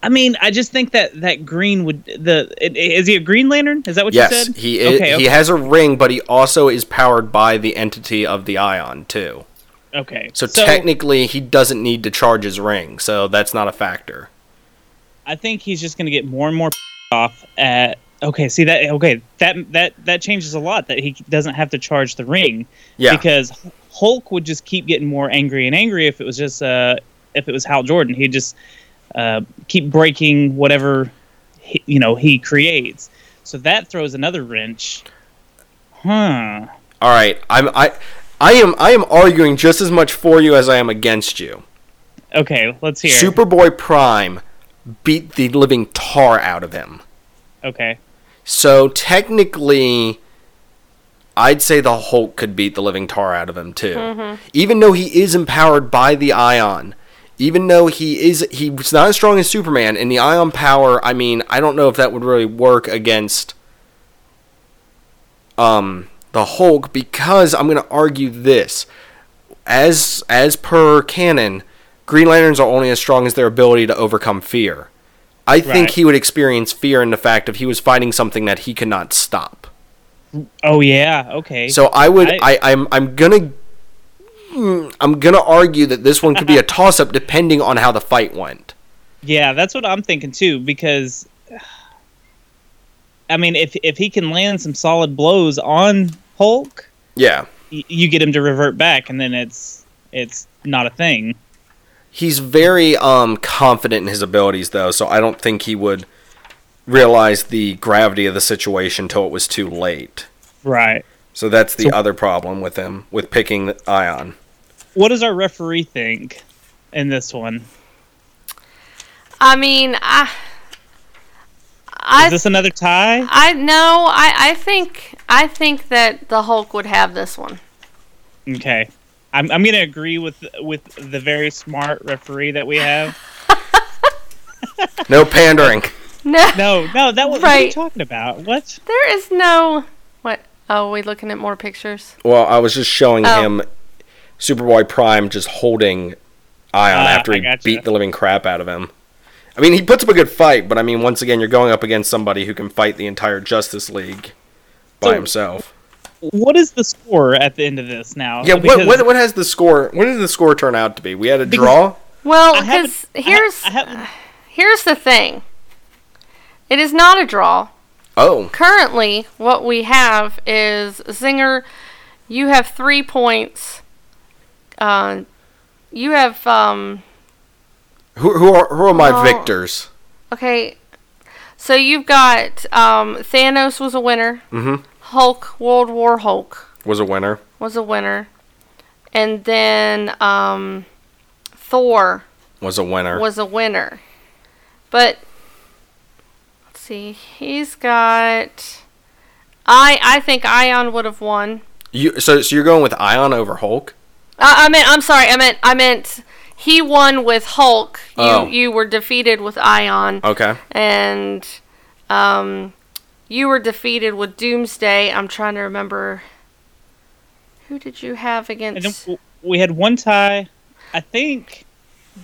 Speaker 4: I mean, I just think that that green would the i- i- is he a Green Lantern? Is that what you
Speaker 1: yes,
Speaker 4: said?
Speaker 1: he is,
Speaker 4: Okay,
Speaker 1: he
Speaker 4: okay,
Speaker 1: has a ring, but he also is powered by the entity of the Ion too.
Speaker 4: okay.
Speaker 1: So, technically, he doesn't need to charge his ring, so that's not a factor.
Speaker 4: I think he's just going to get more and more off at. Okay, see that. Okay, that that that changes a lot. That he doesn't have to charge the ring.
Speaker 1: Yeah.
Speaker 4: Because Hulk would just keep getting more angry and angry if it was just uh if it was Hal Jordan. He'd just uh, keep breaking whatever he, you know he creates. So that throws another wrench. Huh.
Speaker 1: All right, I'm I. I am I am arguing just as much for you as I am against you.
Speaker 4: Okay, let's hear.
Speaker 1: Superboy Prime beat the living tar out of him.
Speaker 4: Okay.
Speaker 1: So technically, I'd say the Hulk could beat the living tar out of him too. Even though he is empowered by the Ion, even though he is he's not as strong as Superman, and the Ion power. I mean, I don't know if that would really work against um the Hulk because I'm going to argue this as as per canon, Green Lanterns are only as strong as their ability to overcome fear. I think
Speaker 4: Right.
Speaker 1: he would experience fear in the fact of he was fighting something that he could not stop.
Speaker 4: Oh yeah. Okay.
Speaker 1: So I would
Speaker 4: I-
Speaker 1: I, I am I'm gonna mm, I'm gonna argue that this one could be a toss up depending on how the fight went.
Speaker 4: Yeah, that's what I'm thinking too. Because, I mean, if if he can land some solid blows on Hulk,
Speaker 1: Yeah.
Speaker 4: y- you get him to revert back, and then it's it's not a thing.
Speaker 1: He's very um confident in his abilities though, so I don't think he would realize the gravity of the situation till it was too late.
Speaker 4: Right.
Speaker 1: So that's the other problem with him with picking the Ion.
Speaker 4: What does our referee think in this one?
Speaker 2: I mean, I. I
Speaker 4: Is this another tie?
Speaker 2: I no, I I think I think that the Hulk would have this one.
Speaker 4: Okay. I'm I'm gonna agree with with the very smart referee that we have.
Speaker 1: No pandering.
Speaker 2: No,
Speaker 4: No, no, that was what are you
Speaker 2: Right.
Speaker 4: talking about? What?
Speaker 2: there is no what. Oh, we looking at more pictures.
Speaker 1: Well, I was just showing
Speaker 2: Oh.
Speaker 1: him Superboy Prime just holding Ion
Speaker 4: Ah,
Speaker 1: after
Speaker 4: I
Speaker 1: he
Speaker 4: gotcha.
Speaker 1: beat the living crap out of him. I mean, he puts up a good fight, but I mean, once again, you're going up against somebody who can fight the entire Justice League by
Speaker 4: So-
Speaker 1: himself.
Speaker 4: What is the score at the end of this now?
Speaker 1: Yeah,
Speaker 4: oh, Because-
Speaker 1: what, what what has the score? What did the score turn out to be? We had a draw.
Speaker 2: Well,
Speaker 4: I haven't-
Speaker 2: because here's
Speaker 4: I haven't-
Speaker 2: here's the thing. It is not a draw.
Speaker 1: Oh,
Speaker 2: Currently, what we have is Zinger. You have three points. Uh, you have um.
Speaker 1: who who are who are my
Speaker 2: Well-
Speaker 1: victors?
Speaker 2: Okay, so you've got um. Thanos was a winner.
Speaker 1: Mhm.
Speaker 2: Hulk, World War Hulk.
Speaker 1: Was a winner.
Speaker 2: was a winner. And then um, Thor
Speaker 1: Was a winner.
Speaker 2: was a winner. But let's see, he's got I I think Ion would have won. Uh,
Speaker 1: you so so you're going with Ion over Hulk?
Speaker 2: I, I meant I'm sorry, I meant I meant he won with Hulk. You
Speaker 1: Oh.
Speaker 2: you were defeated with Ion
Speaker 1: Okay.
Speaker 2: and um you were defeated with Doomsday. I'm trying to remember Who did you have
Speaker 4: And then
Speaker 2: against?
Speaker 4: w- we had one tie. I think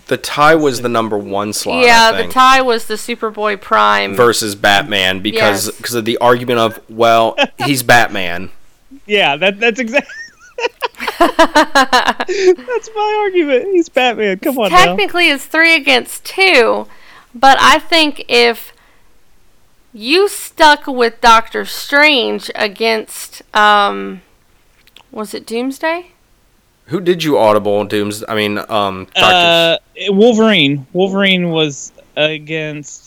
Speaker 1: The tie was the number one slot. I
Speaker 2: yeah, the
Speaker 1: think,
Speaker 2: tie was the Superboy Prime.
Speaker 1: versus Batman because
Speaker 2: Mm. Yes.
Speaker 1: because of the argument of well he's Batman.
Speaker 4: yeah, that that's exactly That's my argument. He's Batman. Come on now.
Speaker 2: Technically, it's three against two, but I think if you stuck with Doctor Strange against, um, was it Doomsday?
Speaker 1: Who did you audible Dooms? I mean, um, Doctor.
Speaker 4: Uh, Wolverine. Wolverine was against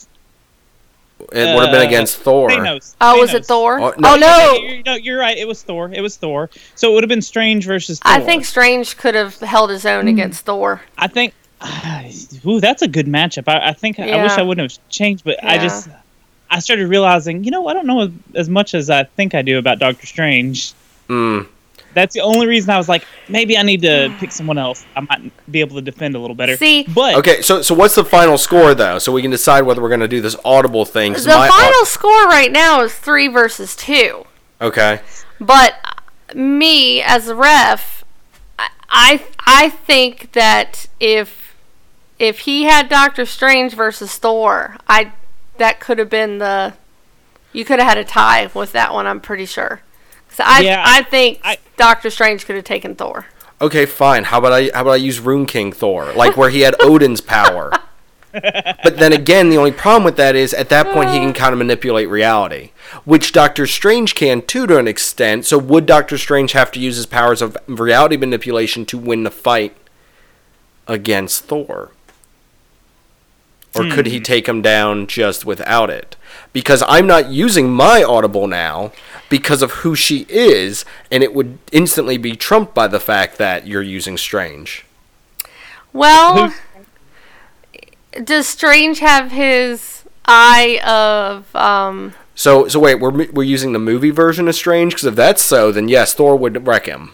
Speaker 1: it would have been
Speaker 4: uh,
Speaker 1: against Thor.
Speaker 4: Thanos.
Speaker 2: Oh, was it
Speaker 4: Thanos.
Speaker 2: Thor?
Speaker 1: Oh,
Speaker 2: Oh
Speaker 1: no.
Speaker 2: no!
Speaker 4: You're, no, you're right. It was Thor. It was Thor. So it would have been Strange versus Thor.
Speaker 2: I think Strange could have held his
Speaker 1: Hmm.
Speaker 2: own against Thor.
Speaker 4: I think. ooh, that's a good matchup. I, I think. I wish
Speaker 2: Yeah.
Speaker 4: I wouldn't have changed, but I
Speaker 2: Yeah.
Speaker 4: just. I started realizing, you know, I don't know as, as much as I think I do about Doctor Strange.
Speaker 1: Mm.
Speaker 4: That's the only reason I was like, maybe I need to pick someone else. I might be able to defend a little better.
Speaker 2: See,
Speaker 4: but
Speaker 1: Okay, so so what's the final score though? So we can decide whether we're gonna do this audible thing. 'cause
Speaker 2: The
Speaker 1: my uh, au-
Speaker 2: final score right now is three versus two.
Speaker 1: okay.
Speaker 2: But uh, me as a ref, I- I I think that if if he had Doctor Strange versus Thor, I that could have been the you could have had a tie with that one. I'm pretty sure. 'Cause I
Speaker 4: Yeah,
Speaker 2: I think
Speaker 4: I-
Speaker 2: Doctor Strange could have taken Thor.
Speaker 1: Okay, fine. How about I how about I use Rune King Thor, like where he had Odin's power. But then again, the only problem with that is at that point he can kind of manipulate reality, which Doctor Strange can too to an extent. So would Doctor Strange have to use his powers of reality manipulation to win the fight against Thor? Or could he take him down just without it? Because I'm not using my audible now because of who she is, and it would instantly be trumped by the fact that you're using Strange.
Speaker 2: Well, does Strange have his eye of um?
Speaker 1: So, so wait, we're m- we're using the movie version of Strange because if that's so, then yes, Thor would wreck him.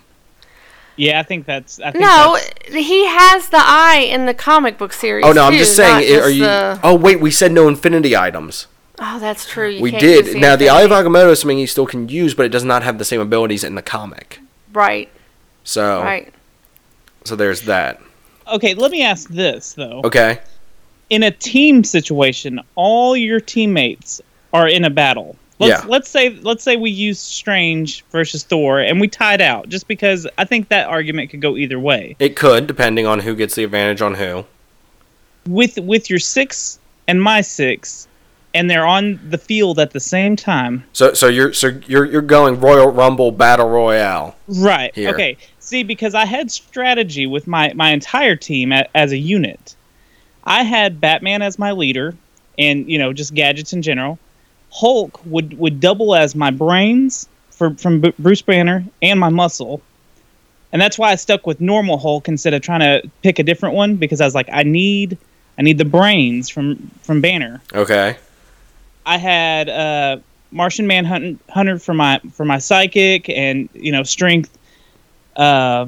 Speaker 4: yeah, I think that's. I think
Speaker 2: No,
Speaker 4: that's-
Speaker 2: he has the eye in the comic book series.
Speaker 1: Oh no, I'm
Speaker 2: too,
Speaker 1: just
Speaker 2: not
Speaker 1: saying. i- are
Speaker 2: just
Speaker 1: you?
Speaker 2: the-
Speaker 1: Oh wait, we said no infinity items.
Speaker 2: Oh, that's true. You
Speaker 1: We
Speaker 2: can't use
Speaker 1: did. Now the Eye of
Speaker 2: Infinity-
Speaker 1: Agamotto is something you still can use, but it does not have the same abilities in the comic.
Speaker 2: Right,
Speaker 1: So,
Speaker 2: right.
Speaker 1: so there's that.
Speaker 4: okay, let me ask this though.
Speaker 1: Okay.
Speaker 4: in a team situation, all your teammates are in a battle. Let's
Speaker 1: Yeah.
Speaker 4: let's say let's say we use Strange versus Thor and we tied out just because I think that argument could go either way.
Speaker 1: It could, depending on who gets the advantage on who.
Speaker 4: With with your 6 and my 6 and they're on the field at the same time.
Speaker 1: So, so you're so you're you're going Royal Rumble Battle Royale.
Speaker 4: Right.
Speaker 1: Here.
Speaker 4: Okay. See, because I had strategy with my my entire team a, as a unit. I had Batman as my leader, and you know just gadgets in general. Hulk would would double as my brains for from B- Bruce Banner and my muscle, and that's why I stuck with normal Hulk instead of trying to pick a different one because I was like, I need I need the brains from from Banner.
Speaker 1: Okay.
Speaker 4: I had uh, Martian Manhunter Hunter for my for my psychic and you know strength, uh,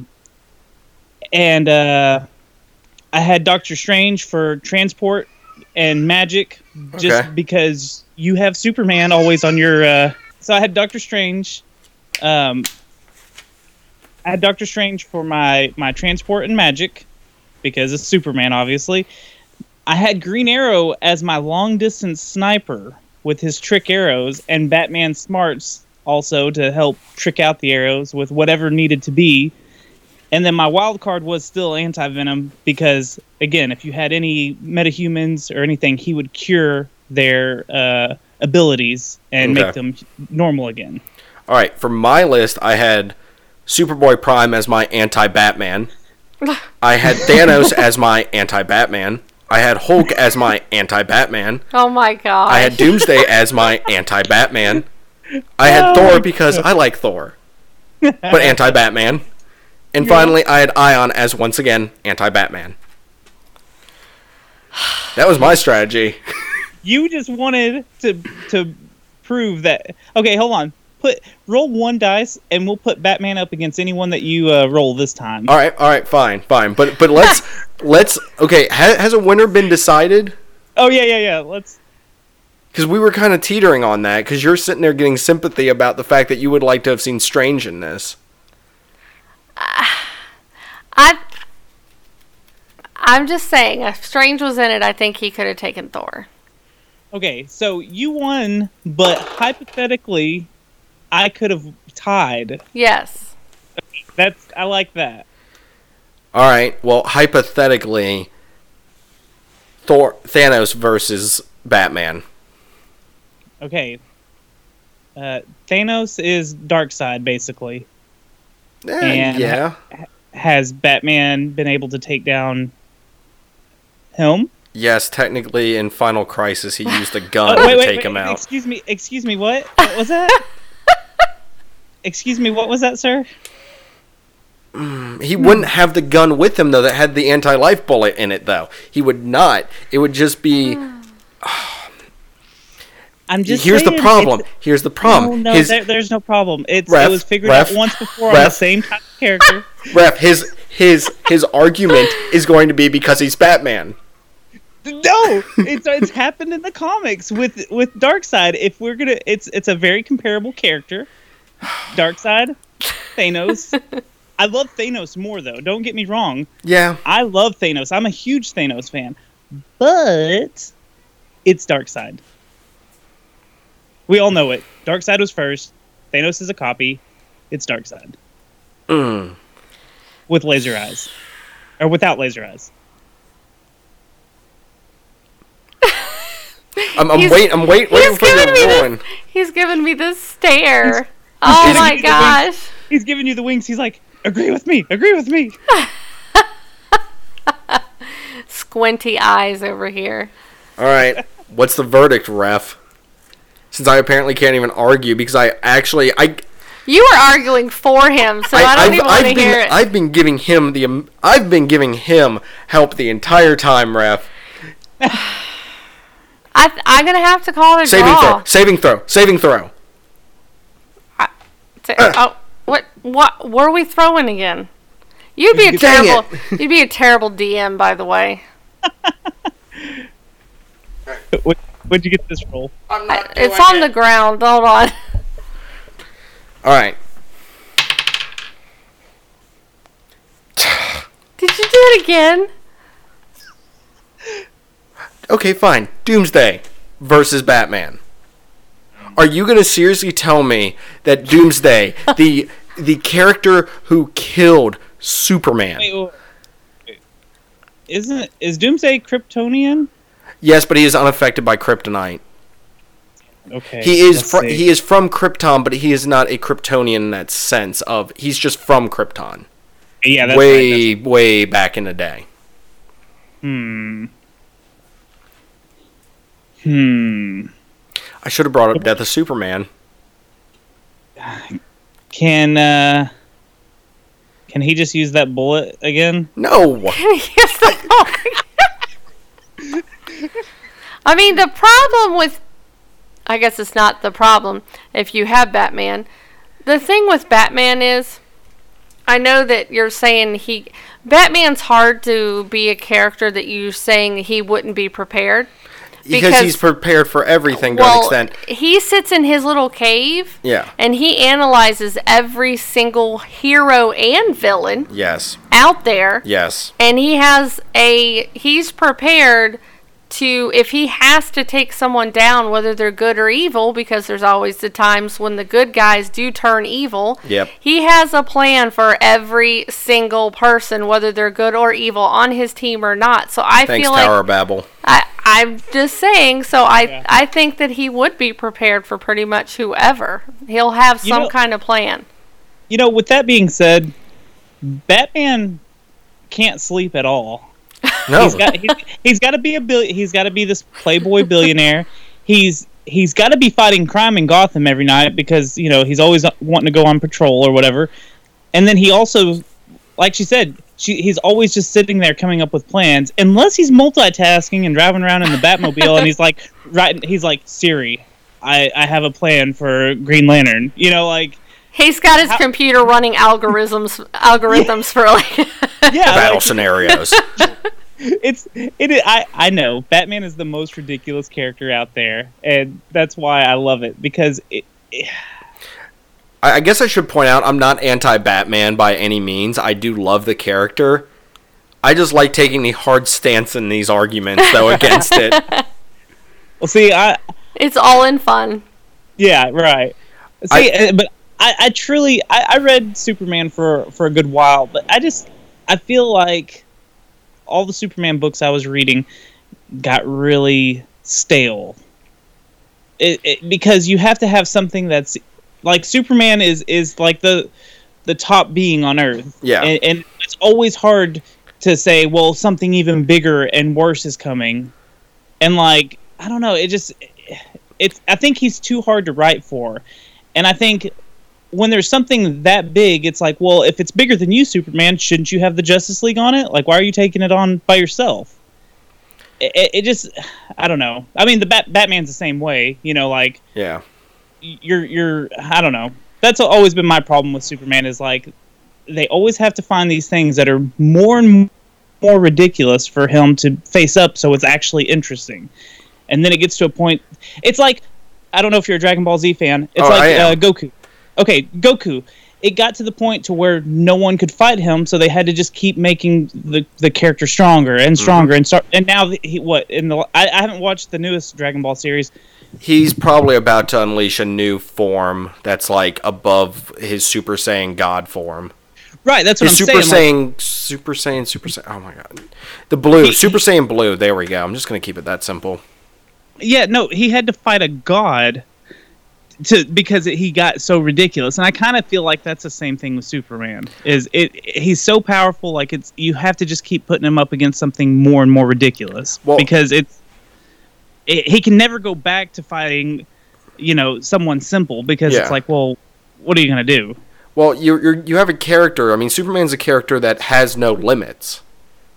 Speaker 4: and uh, I had Doctor Strange for transport and magic, just
Speaker 1: Okay.
Speaker 4: because you have Superman always on your. Uh, so I had Doctor Strange. Um, I had Doctor Strange for my my transport and magic, because it's Superman, obviously. I had Green Arrow as my long distance sniper with his trick arrows and Batman smarts also to help trick out the arrows with whatever needed to be. And then my wild card was still anti venom because again, if you had any metahumans or anything, he would cure their uh, abilities and
Speaker 1: Okay.
Speaker 4: make them normal again.
Speaker 1: All right. For my list, I had Superboy Prime as my anti Batman. I had Thanos as my anti Batman. I had Hulk as my anti Batman.
Speaker 2: Oh my god.
Speaker 1: I had Doomsday as my anti Batman. I had Thor because I like Thor, but anti Batman. And finally, I had Ion as once again anti Batman. That was my strategy.
Speaker 4: You just wanted to to prove that. Okay, hold on. Put roll one dice, and we'll put Batman up against anyone that you uh, roll this time.
Speaker 1: All right, all right, fine, fine. But but let's let's okay. Ha- has a winner been decided?
Speaker 4: Oh yeah, yeah, yeah. Let's.
Speaker 1: Because we were kind of teetering on that. Because you're sitting there getting sympathy about the fact that you would like to have seen Strange in this.
Speaker 2: I'm just saying, if Strange was in it, I think he could have taken Thor.
Speaker 4: Okay, so you won, but hypothetically, I could have tied.
Speaker 2: Yes.
Speaker 4: That's I like that.
Speaker 1: All right. Well, hypothetically, Thor Thanos versus Batman.
Speaker 4: Okay. Uh, Thanos is dark side basically.
Speaker 1: Eh,
Speaker 4: And-
Speaker 1: yeah.
Speaker 4: Has Batman been able to take down Helm?
Speaker 1: Yes, technically in Final Crisis he used a gun
Speaker 4: Oh, wait,
Speaker 1: to
Speaker 4: wait,
Speaker 1: take
Speaker 4: wait,
Speaker 1: him out.
Speaker 4: Excuse me, excuse me, what? What was that? excuse me, what was that, sir?
Speaker 1: He wouldn't have the gun with him though that had the anti-life bullet in it though. He would not. It would just be
Speaker 4: I'm Ah. just
Speaker 1: Here's the
Speaker 4: saying,
Speaker 1: problem.
Speaker 4: it's-
Speaker 1: Here's the problem.
Speaker 4: No, no,
Speaker 1: his
Speaker 4: there, there's no problem. It's
Speaker 1: Ref,
Speaker 4: it was figured
Speaker 1: ref,
Speaker 4: out once before on the
Speaker 1: ref.
Speaker 4: same type of character.
Speaker 1: ref his his his argument is going to be because he's Batman.
Speaker 4: No, it's it's happened in the comics with with Darkseid. If we're gonna, it's it's a very comparable character. Darkseid, Thanos. I love Thanos more though. Don't get me wrong.
Speaker 1: Yeah.
Speaker 4: I love Thanos. I'm a huge Thanos fan, but it's Darkseid. We all know it. Darkseid was first. Thanos is a copy. It's Darkseid.
Speaker 1: Mm.
Speaker 4: With laser eyes, or without laser eyes.
Speaker 1: I'm, I'm
Speaker 2: He's-
Speaker 1: waiting I'm wait, waiting
Speaker 2: he's
Speaker 1: for
Speaker 2: giving me
Speaker 1: your
Speaker 2: this-
Speaker 1: one.
Speaker 2: He's giving me this stare. Oh
Speaker 4: he's
Speaker 2: my
Speaker 4: giving me the
Speaker 2: gosh.
Speaker 4: He's giving you the wings. He's like, agree with me. Agree with me.
Speaker 2: Squinty eyes over here.
Speaker 1: All right. What's the verdict, ref? Since I apparently can't even argue because I actually I
Speaker 2: You were arguing for him, so I, don't even want to
Speaker 1: been,
Speaker 2: hear it.
Speaker 1: I've been giving him the am- I've been giving him help the entire time, ref.
Speaker 2: I, I'm gonna have to call it a
Speaker 1: Saving
Speaker 2: draw.
Speaker 1: throw, saving throw, saving throw.
Speaker 2: T- oh, what? What were we throwing again? You'd be a
Speaker 1: Dang
Speaker 2: terrible. you'd be a terrible DM, by the way.
Speaker 4: What, what'd you get this roll?
Speaker 2: I- it's on the ground. Hold on.
Speaker 1: All right.
Speaker 2: Did you do it again?
Speaker 1: Okay, fine. Doomsday versus Batman. Are you going to seriously tell me that Doomsday, the the character who killed Superman?
Speaker 4: Wait, wait, wait. Isn't is Doomsday Kryptonian?
Speaker 1: Yes, but he is unaffected by kryptonite.
Speaker 4: Okay.
Speaker 1: He is
Speaker 4: let's
Speaker 1: fr-
Speaker 4: see.
Speaker 1: he is from Krypton, but he is not a Kryptonian in that sense of he's just from Krypton.
Speaker 4: yeah. That's right, that's-
Speaker 1: way way back in the day.
Speaker 4: Hmm. Hmm.
Speaker 1: I should have brought up Death of Superman.
Speaker 4: Can uh can he just use that bullet again?
Speaker 1: No.
Speaker 2: Yes, the dog. I mean, the problem with. I guess it's not the problem if you have Batman. The thing with Batman is. I know that you're saying he. Batman's hard to be a character that you're saying he wouldn't be prepared.
Speaker 1: Because,
Speaker 2: Because-
Speaker 1: he's prepared for everything to an extent.
Speaker 2: he sits in his little cave.
Speaker 1: Yeah.
Speaker 2: And he analyzes every single hero and villain
Speaker 1: Yes.
Speaker 2: out there
Speaker 1: Yes.
Speaker 2: and he has a he's prepared to if he has to take someone down whether they're good or evil because there's always the times when the good guys do turn evil
Speaker 1: Yep.
Speaker 2: he has a plan for every single person whether they're good or evil on his team or not so i
Speaker 1: Thanks
Speaker 2: feel
Speaker 1: Tower
Speaker 2: like
Speaker 1: of Babel.
Speaker 2: I, i'm just saying so i i think that he would be prepared for pretty much whoever he'll have
Speaker 4: You
Speaker 2: some
Speaker 4: know-
Speaker 2: kind of plan
Speaker 4: You know, with that being said, Batman can't sleep at all.
Speaker 1: No.
Speaker 4: He's got he's, he's got to be a bill he's got to be this playboy billionaire. He's he's got to be fighting crime in Gotham every night because, you know, he's always wanting to go on patrol or whatever. And then he also like she said, she, he's always just sitting there coming up with plans unless he's multitasking and driving around in the Batmobile and he's like right he's like Siri, I I have a plan for Green Lantern. You know, like
Speaker 2: he's got his computer running algorithms algorithms for like
Speaker 4: yeah,
Speaker 1: Battle
Speaker 4: like,
Speaker 1: scenarios.
Speaker 4: it's it is, I I know Batman is the most ridiculous character out there, and that's why I love it because it,
Speaker 1: I, I guess I should point out I'm not anti Batman by any means. I do love the character. I just like taking the hard stance in these arguments though against it.
Speaker 4: Well, see, I
Speaker 2: It's all in fun.
Speaker 4: yeah, right. See, uh, but I, I truly, I, I read Superman for for a good while, but I just, I feel like all the Superman books I was reading got really stale. It, it, because you have to have something that's like Superman is is like the the top being on Earth.
Speaker 1: Yeah.
Speaker 4: and, and it's always hard to say, well, something even bigger and worse is coming, and like I don't know, it just it's I think he's too hard to write for, and I think when there's something that big, it's like, well, if it's bigger than you, Superman, shouldn't you have the Justice League on it? Like, why are you taking it on by yourself? It, it, it just, I don't know. I mean, the Bat- Batman's the same way, you know, like
Speaker 1: Yeah.
Speaker 4: you're you're I don't know. That's always been my problem with Superman is like they always have to find these things that are more and more ridiculous for him to face up so it's actually interesting. And then it gets to a point it's like I don't know if you're a Dragon Ball Z fan. It's
Speaker 1: Oh, I
Speaker 4: like
Speaker 1: am.
Speaker 4: uh, Goku. Okay, Goku. It got to the point to where no one could fight him, so they had to just keep making the, the character stronger
Speaker 1: Mm-hmm.
Speaker 4: and stronger and start. And now he what in the I, I haven't watched the newest Dragon Ball series,
Speaker 1: He's probably about to unleash a new form that's like above his Super Saiyan God form.
Speaker 4: Right, that's what
Speaker 1: His
Speaker 4: I'm
Speaker 1: Super
Speaker 4: saying. like-
Speaker 1: Saiyan, Super Saiyan, Super Saiyan. Oh my god, the blue, Super Saiyan blue. There we go. I'm just gonna keep it that simple.
Speaker 4: yeah, no, he had to fight a god to because he got so ridiculous, and I kind of feel like that's the same thing with Superman. Is it? He's so powerful, like it's you have to just keep putting him up against something more and more ridiculous
Speaker 1: Well-
Speaker 4: because it's it, he can never go back to fighting, you know, someone simple because
Speaker 1: Yeah.
Speaker 4: it's like, well, what are you gonna do?
Speaker 1: Well, you you you have a character. I mean, Superman's a character that has no limits.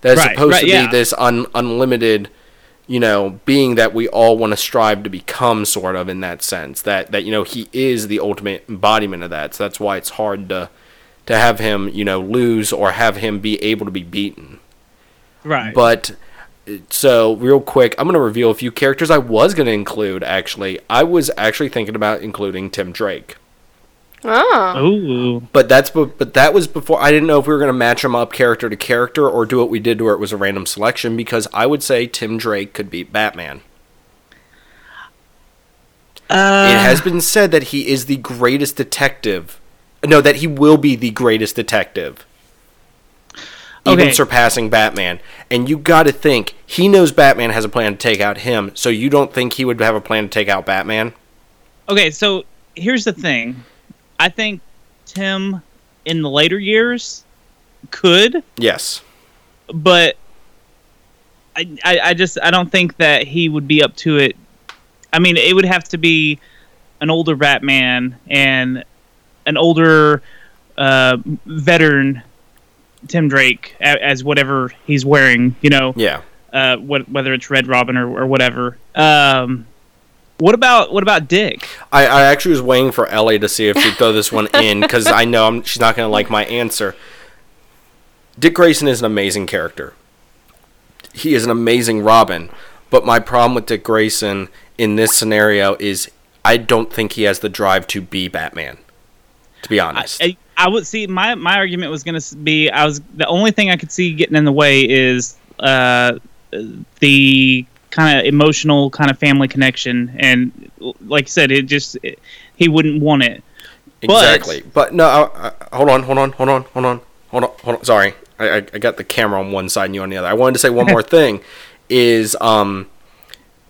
Speaker 1: That's
Speaker 4: Right,
Speaker 1: supposed
Speaker 4: right,
Speaker 1: to be
Speaker 4: yeah.
Speaker 1: this un, unlimited, you know, being that we all want to strive to become, sort of in that sense. That that you know he is the ultimate embodiment of that. So that's why it's hard to to have him, you know, lose or have him be able to be beaten.
Speaker 4: Right.
Speaker 1: But so real quick, I'm gonna reveal a few characters I was gonna include. Actually, I was actually thinking about including Tim Drake,
Speaker 2: Oh.
Speaker 4: Ooh.
Speaker 1: but that's be- but that was before I didn't know if we were gonna match him up character to character or do what we did where it was a random selection because I would say Tim Drake could beat Batman. it has been said that he is the greatest detective. No, that he will be the greatest detective.
Speaker 4: Okay.
Speaker 1: Even surpassing Batman. And you got to think, he knows Batman has a plan to take out him, so you don't think he would have a plan to take out Batman?
Speaker 4: Okay, so here's the thing. I think Tim in the later years could,
Speaker 1: Yes.
Speaker 4: but I, I, I just I don't think that he would be up to it. I mean, it would have to be an older Batman and an older uh, veteran Tim Drake a- as whatever he's wearing, you know
Speaker 1: Yeah.
Speaker 4: uh, what, whether it's Red Robin or, or whatever. Um, what about what about Dick?
Speaker 1: I, I actually was waiting for Ellie to see if she'd throw this one in because I know I'm, she's not going to like my answer. Dick Grayson is an amazing character. He is an amazing Robin. But my problem with Dick Grayson in this scenario is I don't think he has the drive to be Batman, to be honest.
Speaker 4: I, I would see my my argument was going to be I was the only thing I could see getting in the way is uh, the kind of emotional kind of family connection and like you said it just it, he wouldn't want it. but-
Speaker 1: exactly. But, no, I, I, hold on, hold on, hold on, hold on, hold on, hold on. Sorry. I, I, I got the camera on one side and you on the other. I wanted to say one more thing is um,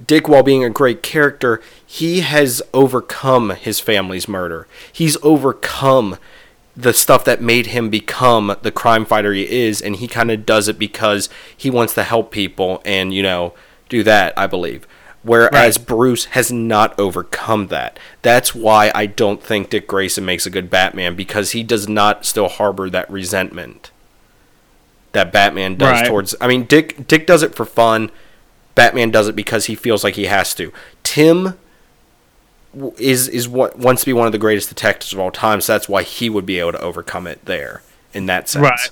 Speaker 1: Dick, while being a great character, he has overcome his family's murder. He's overcome the stuff that made him become the crime fighter he is, and he kind of does it because he wants to help people and, you know, do that, I believe. Whereas Bruce has not overcome that. That's why I don't think Dick Grayson makes a good Batman because he does not still harbor that resentment that Batman does
Speaker 4: Right.
Speaker 1: towards. I mean, Dick Dick does it for fun. Batman does it because he feels like he has to. Tim w- is is what wants to be one of the greatest detectives of all time, so that's why he would be able to overcome it there in that sense.
Speaker 4: Right.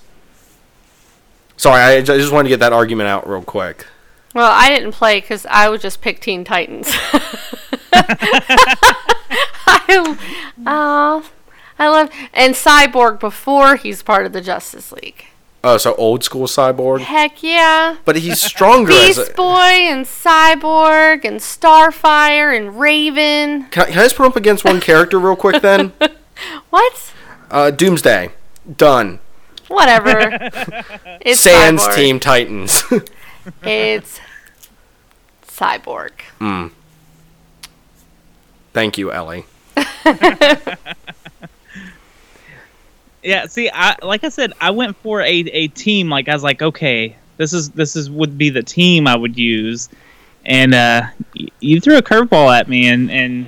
Speaker 1: Sorry, I, I just wanted to get that argument out real quick.
Speaker 2: Well, I didn't play because I would just pick Teen Titans. I, oh, I love and Cyborg before he's part of the Justice League.
Speaker 1: Oh, so old school cyborg.
Speaker 2: Heck yeah.
Speaker 1: But he's stronger as a.
Speaker 2: Beast Boy and Cyborg and Starfire and Raven.
Speaker 1: Can I, can I just put him up against one character real quick then?
Speaker 2: What?
Speaker 1: Uh, Doomsday. Done.
Speaker 2: Whatever. it's
Speaker 1: Sans
Speaker 2: Cyborg.
Speaker 1: Team Titans.
Speaker 2: It's Cyborg.
Speaker 1: Thank you, Ellie.
Speaker 4: Yeah, see, I like I said, I went for a, a team. Like I was like, okay, this is this is would be the team I would use, and uh, y- you threw a curveball at me and and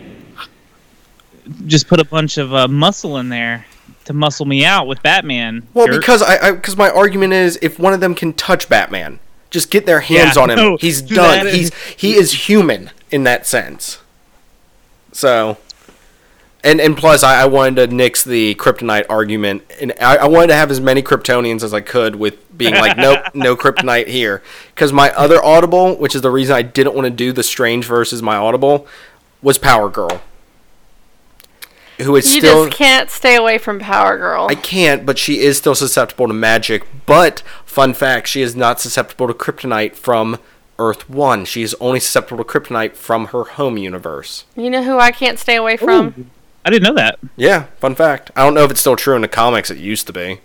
Speaker 4: just put a bunch of uh, muscle in there to muscle me out with Batman.
Speaker 1: Well,
Speaker 4: jerk.
Speaker 1: because I because my argument is if one of them can touch Batman, just get their hands
Speaker 4: Yeah,
Speaker 1: on him.
Speaker 4: no,
Speaker 1: He's
Speaker 4: do
Speaker 1: done.
Speaker 4: that
Speaker 1: He's he is human in that sense. So, and and plus, I, I wanted to nix the kryptonite argument, and I, I wanted to have as many Kryptonians as I could with being like, nope, no kryptonite here, because my other audible, which is the reason I didn't want to do the Strange versus my audible, was Power Girl, who is
Speaker 2: You
Speaker 1: still
Speaker 2: just can't stay away from Power Girl.
Speaker 1: I can't, but she is still susceptible to magic. But fun fact, she is not susceptible to kryptonite from Earth One. She is only susceptible to kryptonite from her home universe.
Speaker 2: you know who I can't stay away from?
Speaker 4: I didn't know that.
Speaker 1: Yeah, fun fact. I don't know if it's still true in the comics. It used to be.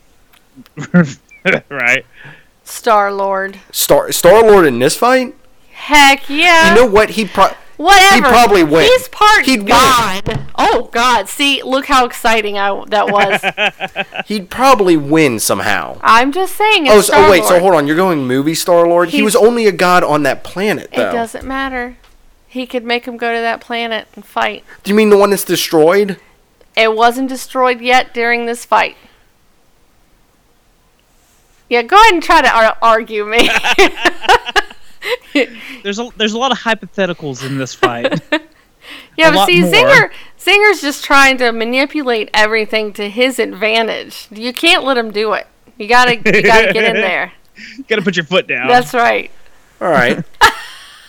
Speaker 4: right.
Speaker 2: Star Lord.
Speaker 1: Star Star Lord in this fight.
Speaker 2: Heck yeah.
Speaker 1: You know what? He pro-
Speaker 2: Whatever.
Speaker 1: He'd probably win.
Speaker 2: He's part
Speaker 1: He'd win.
Speaker 2: God. Oh God! See, look how exciting I that was.
Speaker 1: he'd probably win somehow.
Speaker 2: I'm just saying. It's
Speaker 1: Oh, so, oh wait. So
Speaker 2: Star-Lord.
Speaker 1: hold on. You're going movie Star Lord. He
Speaker 2: He's-
Speaker 1: was only a god on that planet, though.
Speaker 2: It doesn't matter. He could make him go to that planet and fight.
Speaker 1: Do you mean the one that's destroyed?
Speaker 2: It wasn't destroyed yet during this fight. Yeah, go ahead and try to ar- argue me.
Speaker 4: There's a there's a lot of hypotheticals in this fight.
Speaker 2: yeah,
Speaker 4: A
Speaker 2: but
Speaker 4: lot
Speaker 2: see,
Speaker 4: more.
Speaker 2: Zinger, Zinger's just trying to manipulate everything to his advantage. You can't let him do it. You gotta, you gotta get in there.
Speaker 4: Got to put your foot down.
Speaker 2: That's right.
Speaker 1: All right.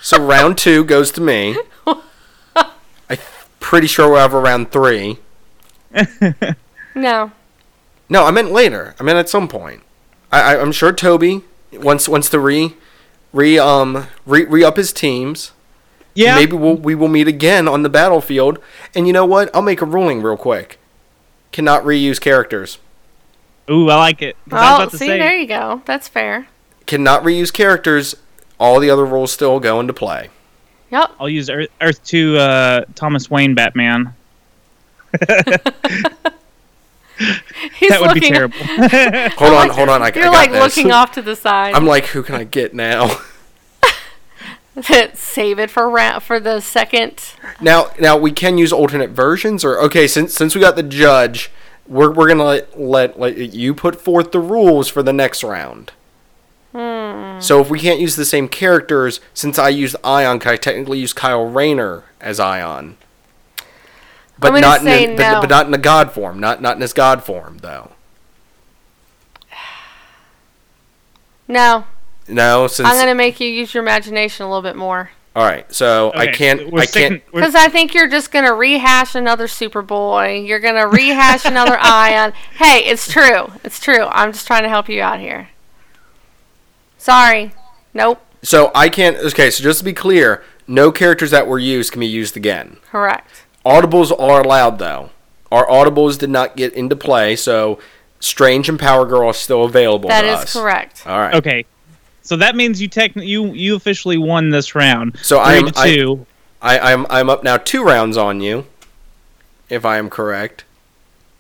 Speaker 1: so round two goes to me. I'm pretty sure we'll have a round three.
Speaker 2: No.
Speaker 1: No, I meant later. I meant at some point. I, I, I'm sure Toby once once the re re um re re up his teams.
Speaker 4: yeah.
Speaker 1: Maybe we'll, we will meet again on the battlefield. And you know what? I'll make a ruling real quick. Cannot reuse characters.
Speaker 4: Ooh, I like it. 'Cause I was
Speaker 2: Oh,
Speaker 4: about to
Speaker 2: see,
Speaker 4: say-
Speaker 2: there you go. That's fair.
Speaker 1: Cannot reuse characters. All the other rules still go into play.
Speaker 2: Yep.
Speaker 4: I'll use Earth, Earth 2 uh, Thomas Wayne Batman.
Speaker 2: He's
Speaker 4: that would
Speaker 2: looking,
Speaker 4: be terrible.
Speaker 1: Hold on, hold on. I,
Speaker 2: You're
Speaker 1: I got
Speaker 2: like
Speaker 1: this.
Speaker 2: looking off to the side.
Speaker 1: I'm like, who can I get now?
Speaker 2: Save it for ra- for the second.
Speaker 1: Now, now we can use alternate versions, or okay, since since we got the judge, we're, we're gonna let, let let you put forth the rules for the next round.
Speaker 2: Hmm.
Speaker 1: So if we can't use the same characters, since I used Ion, can I technically use Kyle Rayner as Ion? But
Speaker 2: gonna
Speaker 1: not in
Speaker 2: say
Speaker 1: the, but-
Speaker 2: no.
Speaker 1: but not in the God form, not not in his God form though.
Speaker 2: No,
Speaker 1: No, since
Speaker 2: I'm gonna make you use your imagination a little bit more
Speaker 1: all right, so I
Speaker 4: Okay,
Speaker 1: can't
Speaker 4: we're
Speaker 1: I
Speaker 4: sticking-
Speaker 1: can't.
Speaker 4: we're-
Speaker 2: because I think you're just gonna rehash another Superboy. You're gonna rehash another Ion. Hey, it's true. It's true. I'm just trying to help you out here. Sorry. Nope.
Speaker 1: So I can't. Okay, so just to be clear, no characters that were used can be used again.
Speaker 2: Correct.
Speaker 1: Audibles are allowed though. Our audibles did not get into play, so Strange and Power Girl are still available.
Speaker 2: That
Speaker 1: to
Speaker 2: is
Speaker 1: us.
Speaker 2: correct.
Speaker 1: All right.
Speaker 4: okay. So that means you techni- you you officially won this round.
Speaker 1: So
Speaker 4: Three
Speaker 1: I'm-
Speaker 4: to
Speaker 1: I-
Speaker 4: two.
Speaker 1: I, I'm I'm up now two rounds on you, if I am correct.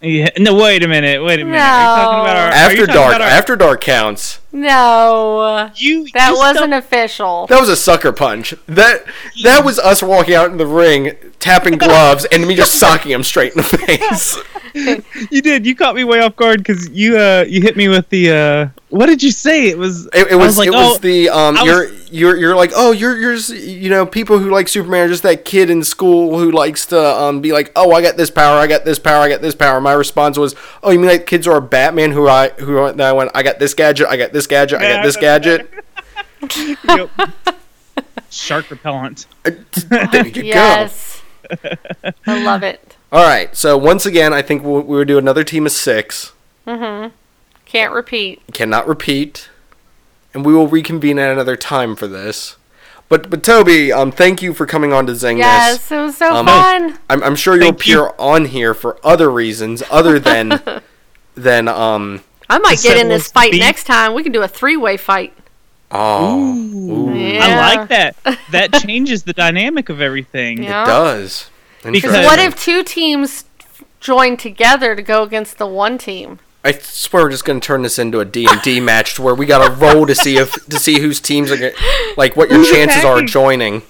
Speaker 4: Yeah, no, wait a minute. Wait a minute. Are you talking about our, are you
Speaker 1: After
Speaker 4: talking
Speaker 1: dark,
Speaker 4: about our-
Speaker 1: after dark counts.
Speaker 2: No,
Speaker 4: you
Speaker 2: that
Speaker 4: you
Speaker 2: wasn't
Speaker 4: stuck-
Speaker 2: official.
Speaker 1: That was a sucker punch. That that was us walking out in the ring, tapping gloves, and me just socking him straight in the face.
Speaker 4: you did. You caught me way off guard because you uh you hit me with the uh what did you say? It was
Speaker 1: It, it
Speaker 4: I
Speaker 1: was,
Speaker 4: like
Speaker 1: it was
Speaker 4: oh,
Speaker 1: the um
Speaker 4: I was-
Speaker 1: you're you're you're like oh you're you're s- you know people who like Superman are just that kid in school who likes to um be like oh I got this power I got this power I got this power my response was oh you mean like kids who are Batman who I who I, that I went I got this gadget I got this gadget I
Speaker 4: Yeah,
Speaker 1: got this
Speaker 4: I
Speaker 1: gadget
Speaker 4: Yep. shark repellent.
Speaker 1: Uh, there you
Speaker 2: Yes. I love it.
Speaker 1: go all right so once again I think we'll, we would do another team of 6
Speaker 2: Can't repeat.
Speaker 1: cannot repeat, and we will reconvene at another time for this. But but Toby, um, thank you for coming on to Zingness.
Speaker 2: Yes, it was so
Speaker 1: Um,
Speaker 2: fun.
Speaker 1: I'm, I'm sure you'll
Speaker 4: Thank you.
Speaker 1: appear on here for other reasons other than than um
Speaker 2: I might
Speaker 4: the
Speaker 2: get in this
Speaker 4: settlers
Speaker 2: fight
Speaker 4: beat-
Speaker 2: next time. We can do a three-way fight.
Speaker 1: oh
Speaker 2: Yeah.
Speaker 4: Mm, I like that. That changes the dynamic of everything.
Speaker 2: Yeah.
Speaker 1: it does.
Speaker 4: Because-
Speaker 2: What
Speaker 1: Interesting.
Speaker 2: if two teams join together to go against the one team?
Speaker 1: I swear we're just gonna turn this into a D and D match to where we got to roll to see if to see whose teams are gonna, like what your chances are
Speaker 4: hacking?
Speaker 1: joining.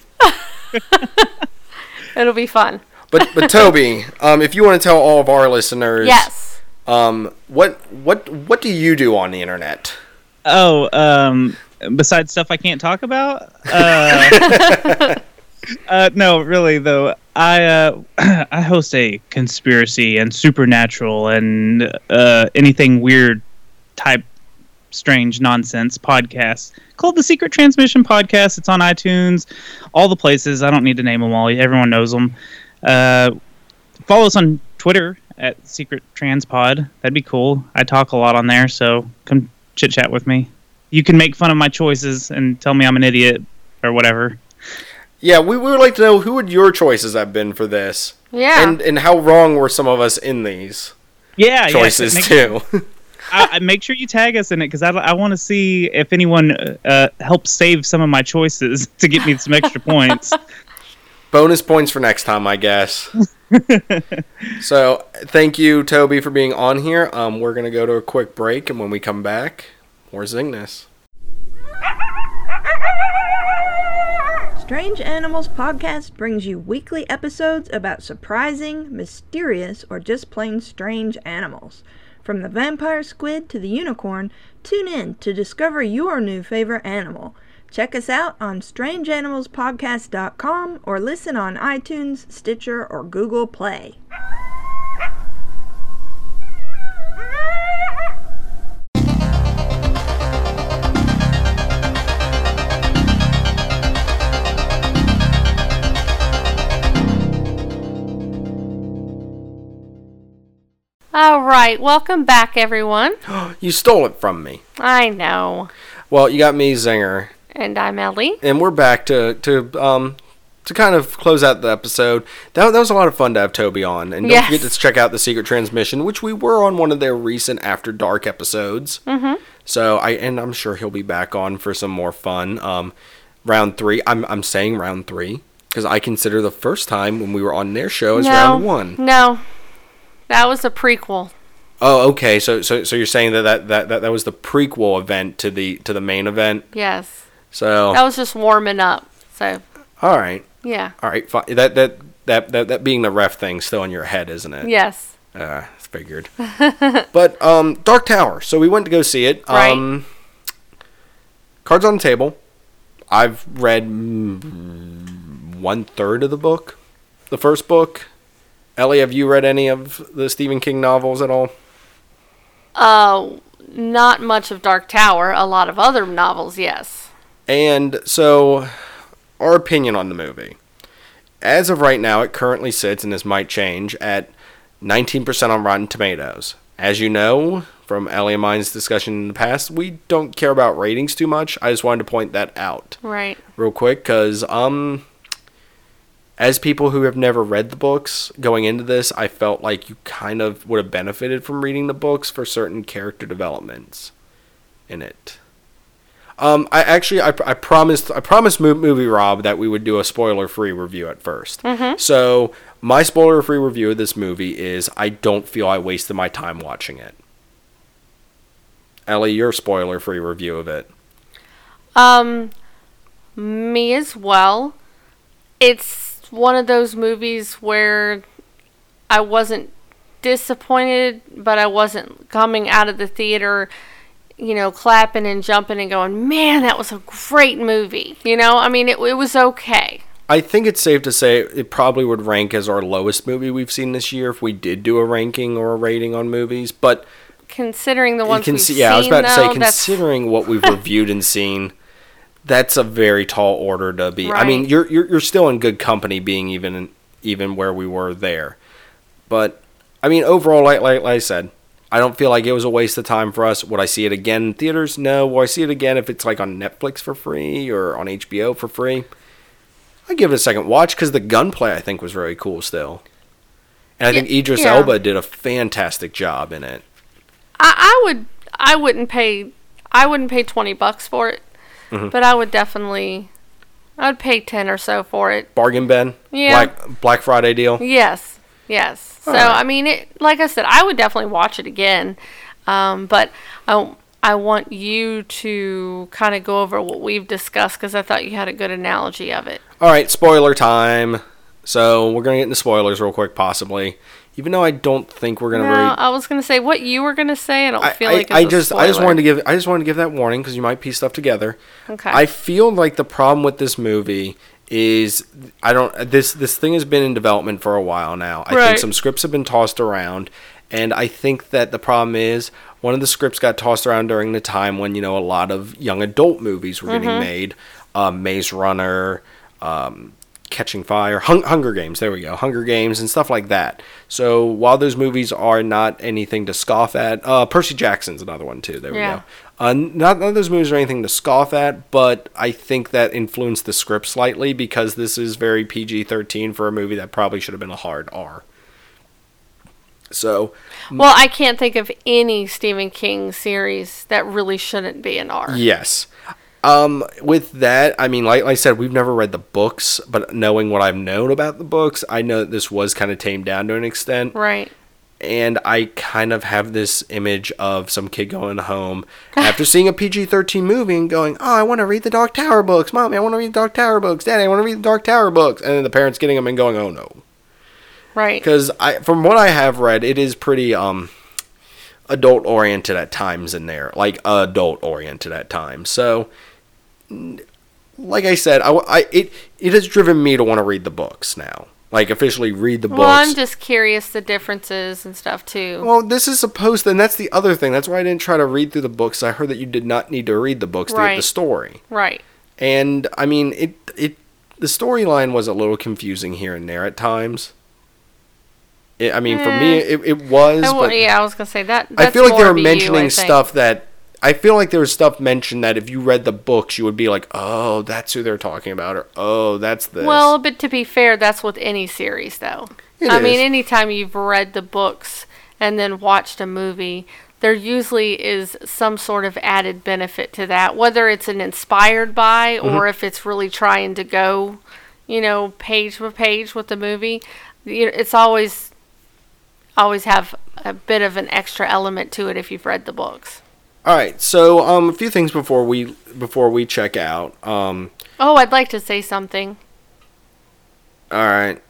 Speaker 2: It'll be fun.
Speaker 1: But but Toby, um, if you want to tell all of our listeners,
Speaker 2: Yes.
Speaker 1: um, what what what do you do on the internet?
Speaker 4: Oh, um, besides stuff I can't talk about. Uh, uh, no, really though. I uh, I host a conspiracy and supernatural and uh, anything weird type strange nonsense podcast called the Secret Transmission Podcast. It's on iTunes, all the places. I don't need to name them all. Everyone knows them. Uh, follow us on Twitter at Secret Transpod. That'd be cool. I talk a lot on there, so come chit chat with me. You can make fun of my choices and tell me I'm an idiot or whatever.
Speaker 1: Yeah, we, we would like to know who would your choices have been for this,
Speaker 2: Yeah.
Speaker 1: and and how wrong were some of us in these
Speaker 4: Yeah,
Speaker 1: choices
Speaker 4: yeah, make,
Speaker 1: too.
Speaker 4: I, I- make sure you tag us in it because I, I want to see if anyone uh, helps save some of my choices to get me some extra points.
Speaker 1: Bonus points for next time, I guess. so thank you, Toby, for being on here. Um, we're gonna go to a quick break, and when we come back, more Zingness.
Speaker 5: Strange Animals Podcast brings you weekly episodes about surprising, mysterious, or just plain strange animals. From the vampire squid to the unicorn, tune in to discover your new favorite animal. Check us out on strangeanimalspodcast.com or listen on iTunes, Stitcher, or Google Play.
Speaker 2: All right. Welcome back, everyone.
Speaker 1: You stole it from me.
Speaker 2: I know.
Speaker 1: Well, you got me, Zinger,
Speaker 2: And I'm Ellie.
Speaker 1: and we're back to to um to kind of close out the episode. That, that was a lot of fun to have Toby on, and don't
Speaker 2: Yes.
Speaker 1: forget to check out the Secret Transmission, which we were on one of their recent After Dark episodes. Mm-hmm. So I and I'm sure he'll be back on for some more fun. Um, round three. I'm I'm saying round three because I consider the first time when we were on their show as round one.
Speaker 2: No. That was a prequel.
Speaker 1: Oh, okay. So so so you're saying that that, that that that was the prequel event to the to the main event.
Speaker 2: Yes.
Speaker 1: So
Speaker 2: That was just warming up. So,
Speaker 1: all right.
Speaker 2: yeah.
Speaker 1: All right, fine. That that that that that being the ref thing still in your head, isn't it?
Speaker 2: Yes.
Speaker 1: Uh, figured. but um, Dark Tower. So we went to go see it.
Speaker 2: Right.
Speaker 1: Um, cards on the table. I've read mm, one third of the book, the first book. Ellie, have you read any of the Stephen King novels at all?
Speaker 2: Uh, not much of Dark Tower. A lot of other novels, yes.
Speaker 1: And so, our opinion on the movie. As of right now, it currently sits, and this might change, at 19% on Rotten Tomatoes. As you know from Ellie and mine's discussion in the past, we don't care about ratings too much. I just wanted to point that out
Speaker 2: Right.
Speaker 1: real quick because, um, as people who have never read the books going into this, I felt like you kind of would have benefited from reading the books for certain character developments in it. Um, I actually I, I promised I promised Mo- movie Rob that we would do a spoiler free review at 1st So my spoiler free review of this movie is I don't feel I wasted my time watching it. Ellie, your spoiler free review of it.
Speaker 2: Um, me as well. It's one of those movies where I wasn't disappointed, but I wasn't coming out of the theater, you know, clapping and jumping and going, man, that was a great movie. You know, I mean, it, it was okay.
Speaker 1: I think it's safe to say it probably would rank as our lowest movie we've seen this year if we did do a ranking or a rating on movies. But
Speaker 2: Considering the ones
Speaker 1: you can
Speaker 2: we've
Speaker 1: see, yeah,
Speaker 2: seen,
Speaker 1: I was about to say,
Speaker 2: though, that's-
Speaker 1: considering what we've reviewed and seen, that's a very tall order to be. I mean,
Speaker 2: Right.
Speaker 1: you're, you're you're still in good company, being even even where we were there. But I mean, overall, like like, like I said, I don't feel like it was a waste of time for us. Would I see it again in theaters? No. Will I see it again if it's like on Netflix for free or on HBO for free? I give it a second watch because the gunplay I think was very cool still, and I think
Speaker 2: Yeah,
Speaker 1: Idris
Speaker 2: yeah.
Speaker 1: Elba did a fantastic job in it.
Speaker 2: I, I would I wouldn't pay I wouldn't pay twenty bucks for it,
Speaker 1: Mm-hmm.
Speaker 2: but I would definitely I would pay ten or so for it.
Speaker 1: Bargain bin,
Speaker 2: Yeah.
Speaker 1: Black Black Friday deal.
Speaker 2: Yes, yes. So
Speaker 1: Alright.
Speaker 2: I mean, it like I said, I would definitely watch it again, um, but I I want you to kind of go over what we've discussed because I thought you had a good analogy of it.
Speaker 1: All right, spoiler time. So we're gonna get into spoilers real quick, possibly. Even though I don't think we're gonna.
Speaker 2: No,
Speaker 1: really-
Speaker 2: I was gonna say what you were gonna say. I don't
Speaker 1: I,
Speaker 2: feel
Speaker 1: I-
Speaker 2: like it's
Speaker 1: I
Speaker 2: a
Speaker 1: just I just
Speaker 2: spoiler.
Speaker 1: wanted to give I just wanted to give that warning because you might piece stuff together.
Speaker 2: Okay.
Speaker 1: I feel like the problem with this movie is I don't this this thing has been in development for a while now. I think
Speaker 2: Right.
Speaker 1: some scripts have been tossed around, and I think that the problem is one of the scripts got tossed around during the time when you know a lot of young adult movies were
Speaker 2: Mm-hmm.
Speaker 1: getting made, uh, Maze Runner. Um, Catching Fire, Hung- Hunger Games. There we go, Hunger Games and stuff like that. So while those movies are not anything to scoff at, uh, Percy Jackson's another one too. There we
Speaker 2: Yeah.
Speaker 1: go. Uh, not none of those movies are anything to scoff at, but I think that influenced the script slightly because this is very PG thirteen for a movie that probably should have been a hard R. So
Speaker 2: Well, I can't think of any Stephen King series that really shouldn't be an R.
Speaker 1: yes, um, with that, I mean, like, like I said, we've never read the books, but knowing what I've known about the books, I know that this was kind of tamed down to an extent.
Speaker 2: Right.
Speaker 1: and I kind of have this image of some kid going home after seeing a PG 13 movie and going, Oh, I want to read the Dark Tower books. Mommy, I want to read the Dark Tower books. Daddy, I want to read the Dark Tower books. And then the parents getting them and going, Oh, no.
Speaker 2: Right.
Speaker 1: Because I, from what I have read, it is pretty um, adult oriented at times in there, like adult oriented at times. So, n- like I said, I, w- I- it it has driven me to want to read the books now, like officially read the books.
Speaker 2: Well, I'm just curious the differences and stuff too.
Speaker 1: Well, this is supposed, and that's the other thing. That's why I didn't try to read through the books. I heard that you did not need to read the books to get the
Speaker 2: Right.
Speaker 1: story.
Speaker 2: right.
Speaker 1: And I mean, it it the storyline was a little confusing here and there at times. It, I mean, for me, it, it was.
Speaker 2: I, wa-
Speaker 1: but
Speaker 2: Eh. Oh, yeah, I was gonna say that.
Speaker 1: I
Speaker 2: that's
Speaker 1: feel like they
Speaker 2: more
Speaker 1: were
Speaker 2: of a you, I
Speaker 1: mentioning
Speaker 2: think.
Speaker 1: stuff that I feel like there was stuff mentioned that if you read the books, you would be like, "Oh, that's who they're talking about," or "Oh, that's this."
Speaker 2: Well, but to be fair, that's with any series, though.
Speaker 1: It
Speaker 2: I mean,
Speaker 1: is.
Speaker 2: anytime you've read the books and then watched a movie, there usually is some sort of added benefit to that, whether it's an inspired by
Speaker 1: Mm-hmm.
Speaker 2: or if it's really trying to go, you know, page for page with the movie. You know, It's always always have a bit of an extra element to it if you've read the books.
Speaker 1: all right. So, um, a few things before we before we check out. Um,
Speaker 2: Oh, I'd like to say something.
Speaker 1: all right.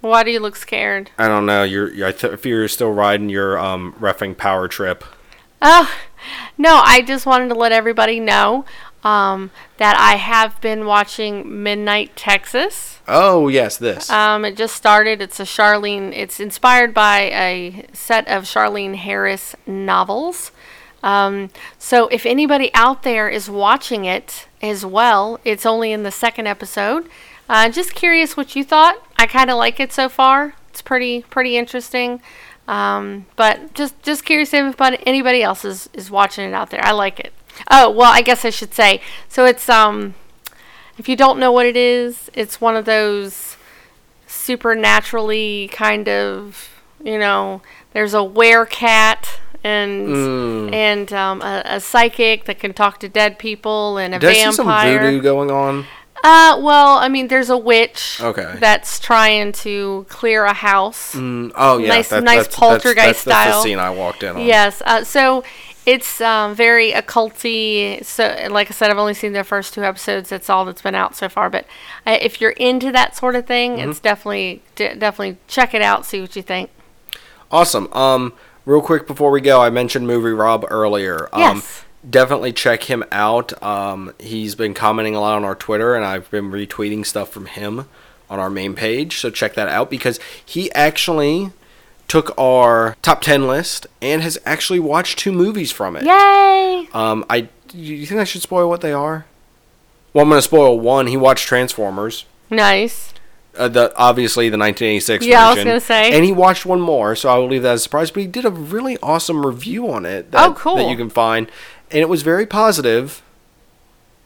Speaker 2: Why do you look scared?
Speaker 1: I don't know. You're, you're I th- if you're still riding your um refing power trip.
Speaker 2: Oh, no, I just wanted to let everybody know um, that I have been watching Midnight Texas.
Speaker 1: Oh yes, this.
Speaker 2: Um, it just started. It's a Charlene, it's inspired by a set of Charlene Harris novels. Um, so if anybody out there is watching it as well, it's only in the second episode. Uh, just curious what you thought. I kind of like it so far. It's pretty pretty interesting. Um, but just just curious if anybody, anybody else is, is watching it out there. I like it. Oh well, I guess I should say. So it's um, if you don't know what it is, it's one of those supernaturally kind of you know there's a werecat and
Speaker 1: Mm.
Speaker 2: and um, a, a psychic that can talk to dead people and a
Speaker 1: Did I see some
Speaker 2: vampire.
Speaker 1: voodoo going on?
Speaker 2: Uh, well, I mean, there's a witch.
Speaker 1: Okay.
Speaker 2: That's trying to clear a house.
Speaker 1: Mm, Oh yeah,
Speaker 2: Nice- nice
Speaker 1: that's,
Speaker 2: poltergeist
Speaker 1: that's
Speaker 2: style.
Speaker 1: the scene I walked in on.
Speaker 2: Yes. Uh, so it's um, very occulty. So, like I said, I've only seen the first two episodes. That's all that's been out so far. But uh, if you're into that sort of thing, it's definitely de- definitely check it out. See what you think.
Speaker 1: Awesome. Um, real quick before we go, I mentioned Movie Rob earlier. Um,
Speaker 2: Yes.
Speaker 1: Definitely check him out. Um, he's been commenting a lot on our Twitter, and I've been retweeting stuff from him on our main page. So check that out because he actually took our top 10 list and has actually watched two movies from it.
Speaker 2: Yay!
Speaker 1: Um, I do you think I should spoil what they are? Well, I'm gonna spoil one. He watched Transformers.
Speaker 2: Nice.
Speaker 1: Uh, the obviously the 1986
Speaker 2: Yeah, I was
Speaker 1: version.
Speaker 2: gonna say.
Speaker 1: And he watched one more, so I will leave that as a surprise. But he did a really awesome review on it. That,
Speaker 2: Oh, cool.
Speaker 1: That you can find, and it was very positive,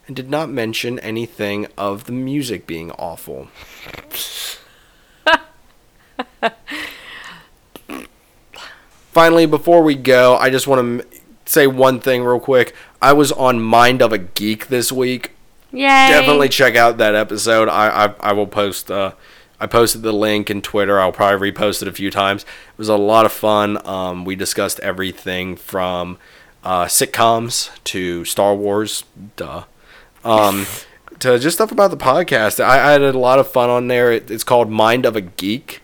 Speaker 1: and did not mention anything of the music being awful. Finally, before we go, I just want to say one thing real quick. I was on Mind of a Geek this week
Speaker 2: Yay.
Speaker 1: definitely check out that episode. I I, I will post. Uh, I posted the link in Twitter. I'll probably repost it a few times. It was a lot of fun. Um, we discussed everything from uh, sitcoms to Star Wars, duh, um, to just stuff about the podcast. I, I had a lot of fun on there. It, it's called Mind of a Geek,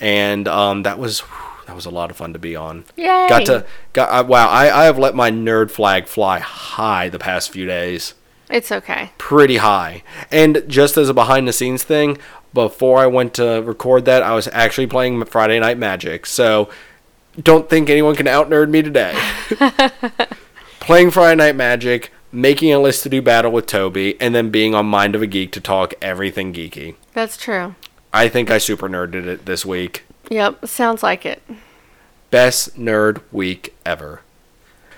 Speaker 1: and um, that was whew, that was a lot of fun to be on.
Speaker 2: Yay.
Speaker 1: Got to got I, wow. I, I have let my nerd flag fly high the past few days
Speaker 2: It's okay.
Speaker 1: pretty high. And just as a behind the scenes thing, before I went to record that, I was actually playing Friday Night Magic. So don't think anyone can out nerd me today. playing Friday Night Magic, making a list to do battle with Toby, and then being on Mind of a Geek to talk everything geeky.
Speaker 2: That's true.
Speaker 1: I think I super nerded it this week.
Speaker 2: Yep. Sounds like it.
Speaker 1: Best nerd week ever.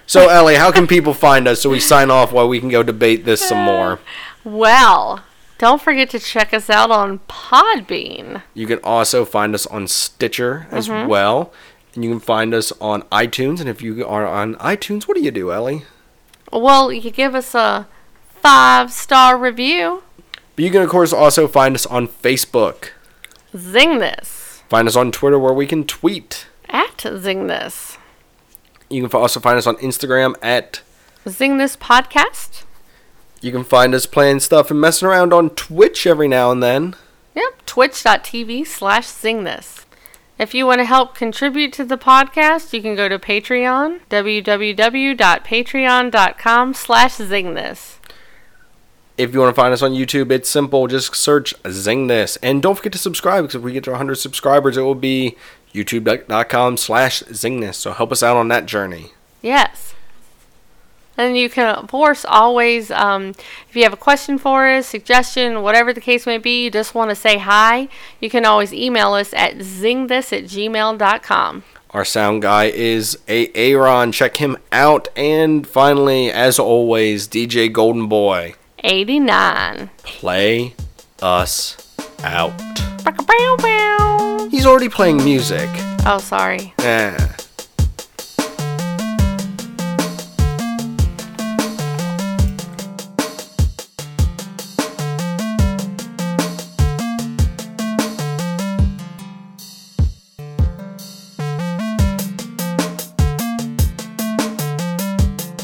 Speaker 1: So, Ellie, how can people find us so we sign off while we can go debate this some more?
Speaker 2: Well, don't forget to check us out on Podbean.
Speaker 1: You can also find us on Stitcher as well. And you can find us on iTunes. And if you are on iTunes, what do you do, Ellie?
Speaker 2: Well, you give us a five star review.
Speaker 1: But you can, of course, also find us on Facebook.
Speaker 2: Zing this.
Speaker 1: Find us on Twitter where we can tweet.
Speaker 2: At Zing this.
Speaker 1: You can also find us on Instagram at.
Speaker 2: Zing this podcast.
Speaker 1: You can find us playing stuff and messing around on Twitch every now and then.
Speaker 2: Yep, twitch.tv slash sing this. If you want to help contribute to the podcast, you can go to Patreon, www.patreon.com slash zing this.
Speaker 1: If you want to find us on YouTube, it's simple. Just search Zing This. And don't forget to subscribe because if we get to 100 subscribers, it will be youtube.com slash Zing This. So help us out on that journey.
Speaker 2: Yes. And you can, of course, always, um, if you have a question for us, suggestion, whatever the case may be, you just want to say hi, you can always email us at zingthis at gmail.com.
Speaker 1: Our sound guy is A- Aaron. Check him out. And finally, as always, DJ Golden Boy,
Speaker 2: 89.
Speaker 1: play us out.
Speaker 2: Bow, bow.
Speaker 1: He's already playing music.
Speaker 2: Oh, sorry.
Speaker 1: Eh.